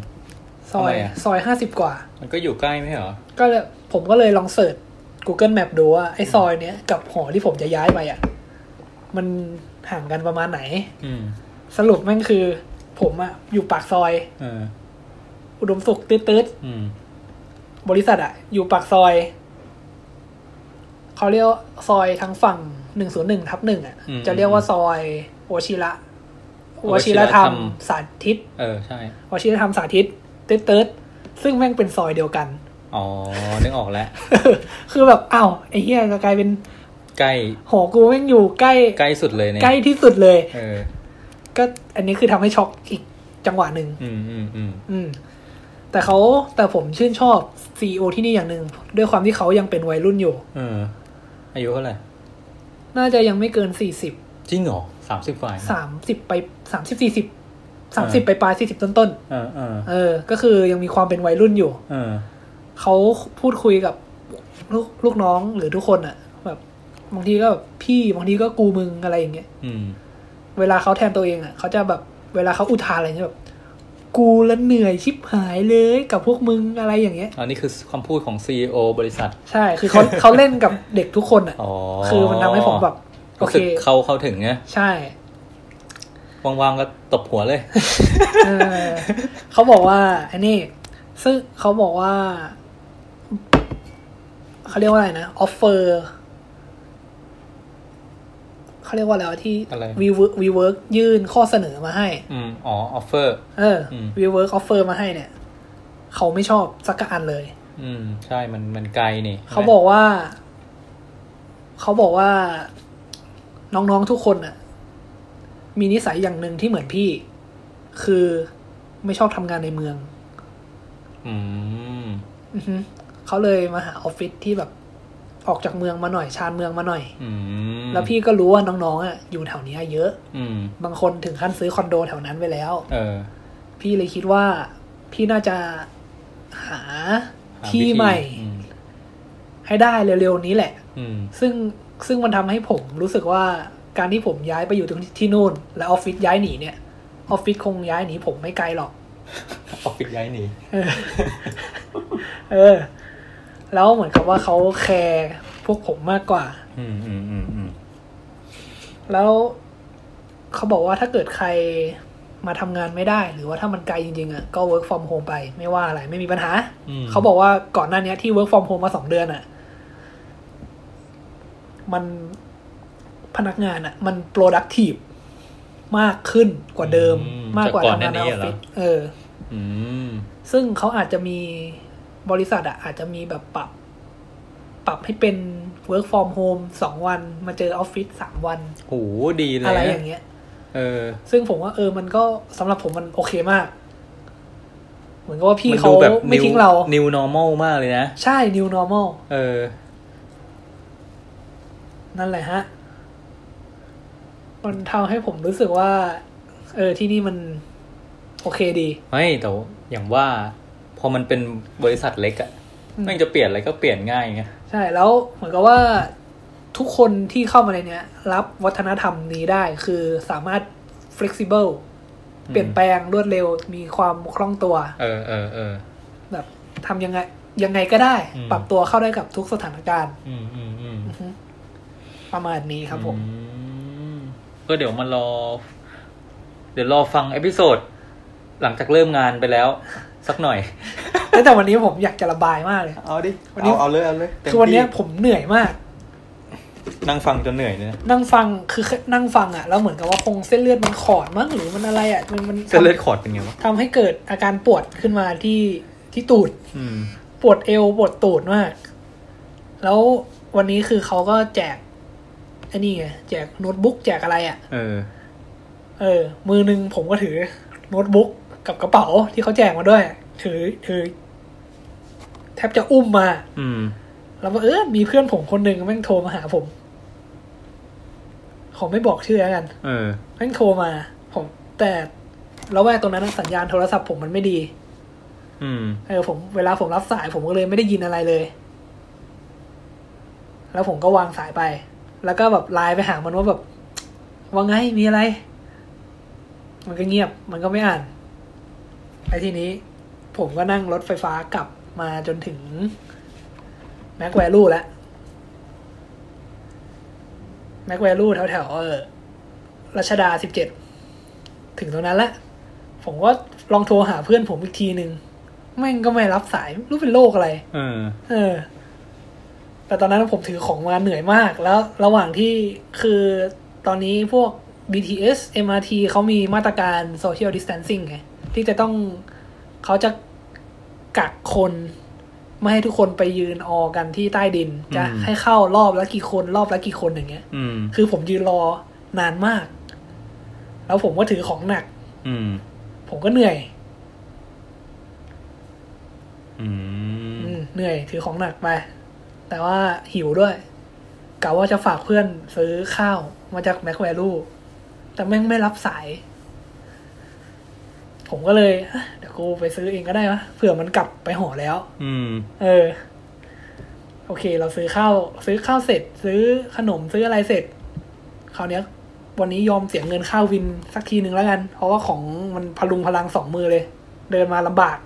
ซอย ทำไมอะ ซอยห้าสิบกว่า มันก็อยู่ใกล้ไม่ใช่เหรอ ก็เลยผมก็เลยลองเสิร์ช Google Map ดูว่า ไอ้ซอยเนี้ยกับหอที่ผมจะย้ายไปอ่ะ มันห่างกันประมาณไหน อืม สรุปแม่งคือ ผมอ่ะ อยู่ปากซอย เออ อุดมสุขตืด อืม ๆบริษัทอ่ะ อยู่ปากซอยเขาเรียกว่าซอยทางฝั่งหนึ่งศูนย์หนึ่งทับหนึ่งอ่ะ อืม จะเรียกว่าซอยโอชิระ วชิรธรรม วชิรธรรม สาธิต เออใช่ วชิรธรรมสาธิตเติร์ดเติร์ดซึ่งแม่งเป็นซอยเดียวกัน อ๋อ นึกออกแล้ว คือแบบอ้าวไอ้เหี้ยก็กลายเป็น ใกล้ หอกูแม่งอยู่ใกล้ ใกล้สุดเลยเนี่ย ใกล้ที่สุดเลย เออ ก็อันนี้คือทำให้ช็อกอีกจังหวะหนึ่ง อืมอืมอืม อืม แต่เขาแต่ผมชื่นชอบซีอที่นี่อย่างหนึ่งด้วยความที่เขายังเป็นวัยรุ่นอยู่ เออ อายุเท่าไหร่ น่าจะยังไม่เกินสี่สิบ จริงเหรอสามสิบกว่าเองนะ สามสิบไปสามสิบสี่สิบสาม อ่า สิบไปปลายสี่สิบต้นต้น เออเออ ๆเออ ก็คือยังมีความเป็นวัยรุ่นอยู่ เออ เขาพูดคุยกับลูกลูกน้องหรือทุกคนอะแบบบางทีก็แบบพี่บางทีก็กูมึงอะไรอย่างเงี้ย อืม เวลาเขาแทนตัวเองอะเขาจะแบบเวลาเขาอุทานอะไรเงี้ยแบบกูละเหนื่อยชิบหายเลยกับพวกมึงอะไรอย่างเงี้ย อันนี้คือคำพูดของซีอบริษัท ใช่ คือ เขา เขาเล่นกับเด็กทุกคนอ่ะ อ๋อ คือมันทำให้ผมแบบ โอ รู้ เค สึกเข้าเข้าถึงไง ใช่ ว่างๆก็ตบหัวเลย เออเขาบอกว่าไอันนี้ซึ่งเขาบอกว่า เขาเรียกว่าอะไรนะ ออฟเฟอร์ เขาเรียกว่าอะไรวะที่ อะไร วีเวิร์กวีเวิร์กยื่นข้อเสนอมาให้ อืม อ๋อ ออฟเฟอร์ เออ อืม วีเวิร์กออฟเฟอร์มาให้เนี่ย เขาไม่ชอบสักกะอันเลย อืม ใช่ มัน มันไกลนี่ เขาบอกว่า เขาบอกว่าน้องๆทุกคนน่ะ มีนิสัยอย่างหนึ่งที่เหมือนพี่ คือไม่ชอบทำงานในเมือง อืม อือฮึเขาเลยมาหาออฟฟิศที่แบบออกจากเมืองมาหน่อยชานเมืองมาหน่อย อืม แล้วพี่ก็รู้ว่าน้องๆอ่ะอยู่แถวเนี้ยเยอะ อืม บางคนถึงขั้นซื้อคอนโดแถวนั้นไปแล้ว เออ พี่เลยคิดว่า พี่น่าจะหา หาวิธี ที่ใหม่ อืม ให้ได้เร็วๆนี้แหละ อืม ซึ่งซึ่งมันทำให้ผมรู้สึกว่าการที่ผมย้ายไปอยู่ตรงที่ที่นู่น และออฟฟิศย้ายหนีเนี่ยออฟฟิศคงย้ายหนีผมไม่ไกลหรอก ออฟฟิศย้ายหนี เออ เออ แล้วเหมือนกับว่าเขาแคร์พวกผมมากกว่า อืมอืมอืมอืม แล้วเขาบอกว่าถ้าเกิดใครมาทำงานไม่ได้ หรือว่าถ้ามันไกลจริงๆอ่ะก็ work from home ไปไม่ว่าอะไรไม่มีปัญหา ม เขาบอกว่าก่อนหน้าเนี้ยที่ work from home มาสองเดือนอะ่ะ มันพนักงานอะ่ะ มัน productive มากขึ้นกว่าเดิม มากกว่าทำงานในออฟฟิศเออ อืม ซึ่งเขาอาจจะมีบริษัทอะ่ะ อาจจะมีแบบปรับ ปรับให้เป็น work from home สองวัน มาเจอออฟฟิศสามวัน โห ดีเลย อะไร น อย่างเงี้ย เออ ซึ่งผมว่าเออ มันก็สำหรับผมมันโอเคมาก เหมือนกับว่าพี่ มัน เขา ดูแบบ ไม่ทิ้งเรา new normal มากเลยนะ ใช่ new normal เออ นั่นแหละฮะ มันทำให้ผมรู้สึกว่า เออที่นี่มัน โอเคดี ไม่แต่ว่าอย่างว่า พอมันเป็นบริษัทเล็กอะ อืม แม่งจะเปลี่ยนอะไรก็เปลี่ยนง่ายไง ใช่แล้วเหมือนกับว่าทุกคนที่เข้ามาในเนี้ย รับวัฒนธรรมนี้ได้คือสามารถ flexible เปลี่ยนแปลงรวดเร็วมีความคล่องตัว เออเออเออ แบบทำยังไง ยังไงก็ได้ อืม ปรับตัวเข้าได้กับทุกสถานการณ์ อืมอืมอืม อือฮึประมาณนี้ครับผม อืมก็เดี๋ยวมารอ เดี๋ยวรอฟังเอพิโซด หลังจากเริ่มงานไปแล้ว สักหน่อย แต่แต่วันนี้ผมอยากจะระบายมากเลย เอาดิ วันนี้ เอาเอาเลยเอาเลยเต็ม คือวันเนี้ย ที่ ผมเหนื่อยมาก นั่งฟังจนเหนื่อยเนี่ยนะ นั่งฟังคือนั่งฟังอะแล้วเหมือนกับว่าคงเส้นเลือดมันขอดมั้งหรือมันอะไรอะมันมัน เส้นเลือดขอดเป็นไงวะ ทำให้เกิดอาการปวดขึ้นมาที่ที่ตูด อืม ปวดเอวปวดตูดมาก แล้ววันนี้คือเขาก็แจกไอ้นี่ไงแจกโน้ตบุ๊กแจกอะไรอะ เออ เออ มือหนึงผมก็ถือโน้ตบุ๊กกับกระเป๋าที่เขาแจกมาด้วย ถือถือ แทบจะอุ้มมา อืม แล้วบังเออมีเพื่อนผมคนหนึ่งแม่งโทรมาหาผมขอไม่บอกชื่อแล้วกัน เออ แม่งโทรมาผมแต่ระแวกตรงนั้นนะสัญญาณโทรศัพท์ผมมันไม่ดี อืม เออผมเวลาผมรับสายผมก็เลยไม่ได้ยินอะไรเลย แล้วผมก็วางสายไป แล้วก็แบบไลน์ไปหามันว่าแบบ ว่าไงมีอะไร มันก็เงียบ มันก็ไม่อ่านไอ้ทีนี้ ผมก็นั่งรถไฟฟ้ากลับมาจนถึงแม็กแวลูแล้วแม็กแวลูแถวแถวๆเออรัชดาสิบเจ็ดถึงตรงนั้นละผมก็ลองโทรหาเพื่อนผมอีกทีหนึ่ง แม่งก็ไม่รับสายรู้เป็นโรคอะไร เออ เออ แต่ตอนนั้นผมถือของมาเหนื่อยมาก แล้วระหว่างที่คือตอนนี้พวก BTS MRT เขามีมาตรการ social distancing ไง ที่จะต้องเขาจะกักคน ไม่ให้ทุกคนไปยืนออกันที่ใต้ดิน จะ อืม ให้เข้ารอบละกี่คนรอบละกี่คนอย่างเงี้ย อืม คือผมยืนรอนานมาก แล้วผมก็ถือของหนัก อืม ผมก็เหนื่อย อืม อืมเหนื่อยถือของหนักไป แต่ว่าหิวด้วยกะว่าจะฝากเพื่อนซื้อข้าวมาจากแม็กแวลูแต่แม่งไม่รับสาย ผมก็เลยอ่ะเดี๋ยวกูไปซื้อเองก็ได้วะเผื่อมันกลับไปหอแล้ว อืม เออ โอเค เราซื้อข้าว ซื้อข้าวเสร็จ ซื้อขนมซื้ออะไรเสร็จคราวเนี้ย วันนี้ยอมเสียเงินข้าววินสักทีหนึ่งแล้วกัน เพราะว่าของมันพลุงพลังสองมือเลย เดินมาลำบาก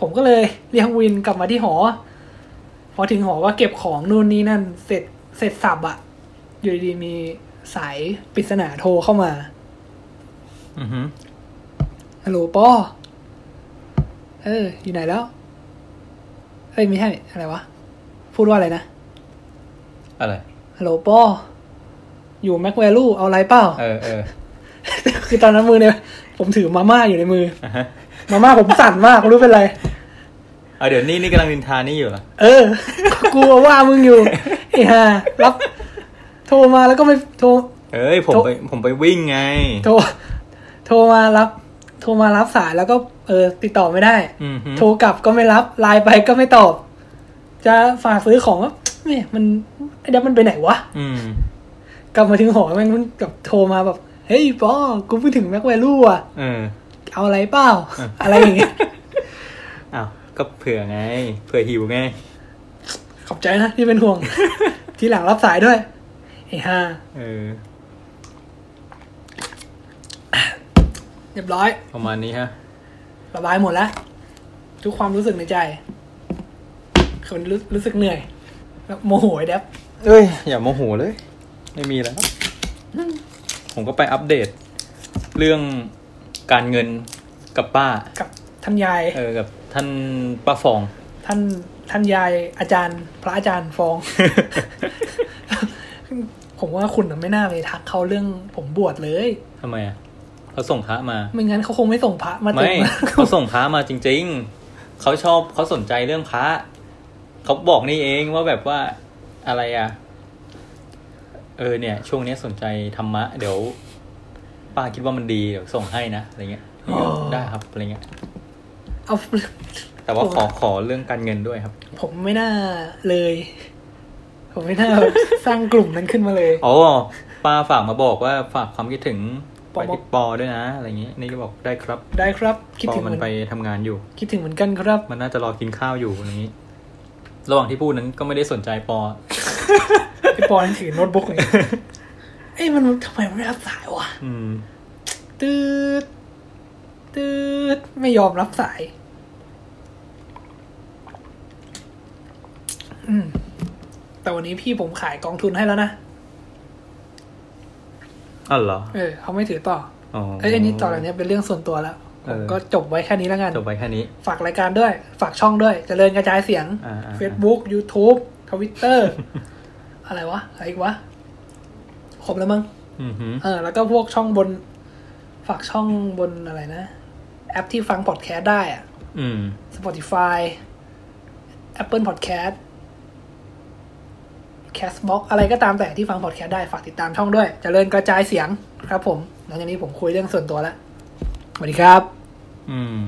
ผมก็เลยเรียกวินกลับมาที่หอ พอถึงหอก็เก็บของนู่นนี่นั่น เสร็จเสร็จสับอะอยู่ดีๆมีสายปริศนาโทรเข้ามา อือหือ ฮัลโหลปอ เออ อยู่ไหนแล้ว เอ้ยไม่ใช่อะไรวะ พูดว่าอะไรนะ อะไร ฮัลโหลปอ อยู่แม็กแวลูเอาอะไรเปล่า เออเออ คือตอนนั้นมือเนี่ย ผมถือมาม่าอยู่ในมือ อ่ะฮะ มาม่าผมสั่นมากไม่รู้เป็นไร เอาเดี๋ยวนี่นี่กำลังนินทานี่อยู่เหรอ เออ กลัวว่ามึงอยู่ไอ้ห่ารับ โทรมาแล้วก็ไม่โทร เอ้ย ผมไปผมไปวิ่งไง โทร โทรมารับ โทรมารับสายแล้วก็ เออ ติดต่อไม่ได้ อืมฮึ โทรกลับก็ไม่รับไลน์ไปก็ไม่ตอบ จะฝากซื้อของก็เนี่ยมันไอ้ดับมันไปไหนวะ อืม กลับมาถึงหอแม่งมันกับโทรมาแบบ เฮ้ยปอกูเพิ่งถึงแม็กไวลูอ่ะ เออ เอาอะไรเปล่า อ่ะ อะไรอย่างเงี้ย อ้าว ก็เผื่อไง เผื่อหิวไง ขอบใจนะที่เป็นห่วง ทีหลังรับสายด้วยไอ้ห่า เออ เรียบร้อย ประมาณนี้ฮะ ระบายหมดแล้วทุกความรู้สึกในใจคนรู้รู้สึกเหนื่อย แล้วโมโหไอ้แดบ เอ้ย อย่าโมโหเลย ไม่มีแล้ว ผมก็ไปอัปเดต เรื่องการเงินกับป้า กับท่านยาย เออ กับท่านป้าฟอง ท่านท่านยายอาจารย์ พระอาจารย์ฟอง ผมว่าคุณน่ะไม่น่าไปทักเขาเรื่องผมบวชเลย ทำไมอ่ะเขาส่งพระมา ไม่งั้นเขาคงไม่ส่งพระมา ไม่ ม เขาส่งพระมาจริง ๆ เขาชอบเขาสนใจเรื่องพระเขาบอกนี่เองว่าแบบว่าอะไรอ่ะ เออเนี่ย ช่วงนี้สนใจธรรมะ เดี๋ยว ป้าคิดว่ามันดีเดี๋ยวส่งให้นะอะไรเงี้ย อ๋อ ได้ครับอะไรเงี้ย เอา แต่ว่าขอขอเรื่องการเงินด้วยครับ ผมไม่น่าเลย ผมไม่น่า สร้างกลุ่มนั้นขึ้นมาเลย อ๋อป้าฝากมาบอกว่าฝากความคิดถึง ป ไป อ ที่ปอด้วยนะอะไรเงี้ยนี่ก็บอกได้ครับ ได้ครับ คิด ปอ ถึง มั เห น มือน ไปทำงานอยู่ คิดถึงเหมือนกันครับ มันน่าจะรอกินข้าวอยู่อะไรอย่างนี้ ระหว่างที่พูดนั้นก็ไม่ได้สนใจปอ ไอ้ปอนั่นถือโน้ต บุ๊กเลยเอ้ยมันทำไมมันไม่รับสายวะ อืม ตืดตืดไม่ยอมรับสาย อืม แต่วันนี้พี่ผมขายกองทุนให้แล้วนะ อ๋อเหรอ เออเขาไม่ถือต่อ อ๋อ เอ้ยอันนี้ต่อจากเนี้ยเป็นเรื่องส่วนตัวแล้ว ผม เออ ก็จบไว้แค่นี้แล้วกัน จบไปแค่นี้ ฝากรายการด้วย ฝากช่องด้วยจเจริญกระจายเสียง อ่าๆๆ Facebook YouTube Twitter อะไรวะ อะไรอีกวะ ครบแล้วมั้ง อือหือ เออ แล้วก็พวกช่องบน ฝากช่องบนอะไรนะ แอปที่ฟังพอดแคสต์ได้อะ อืม Spotify Apple Podcast Castbox อะไรก็ตามแต่ที่ฟังพอดแคสต์ได้ ฝากติดตามช่องด้วยจเจริญกระจายเสียงครับผม หลังจากนี้ผมคุยเรื่องส่วนตัวแล้วสวัสดีครับ อืม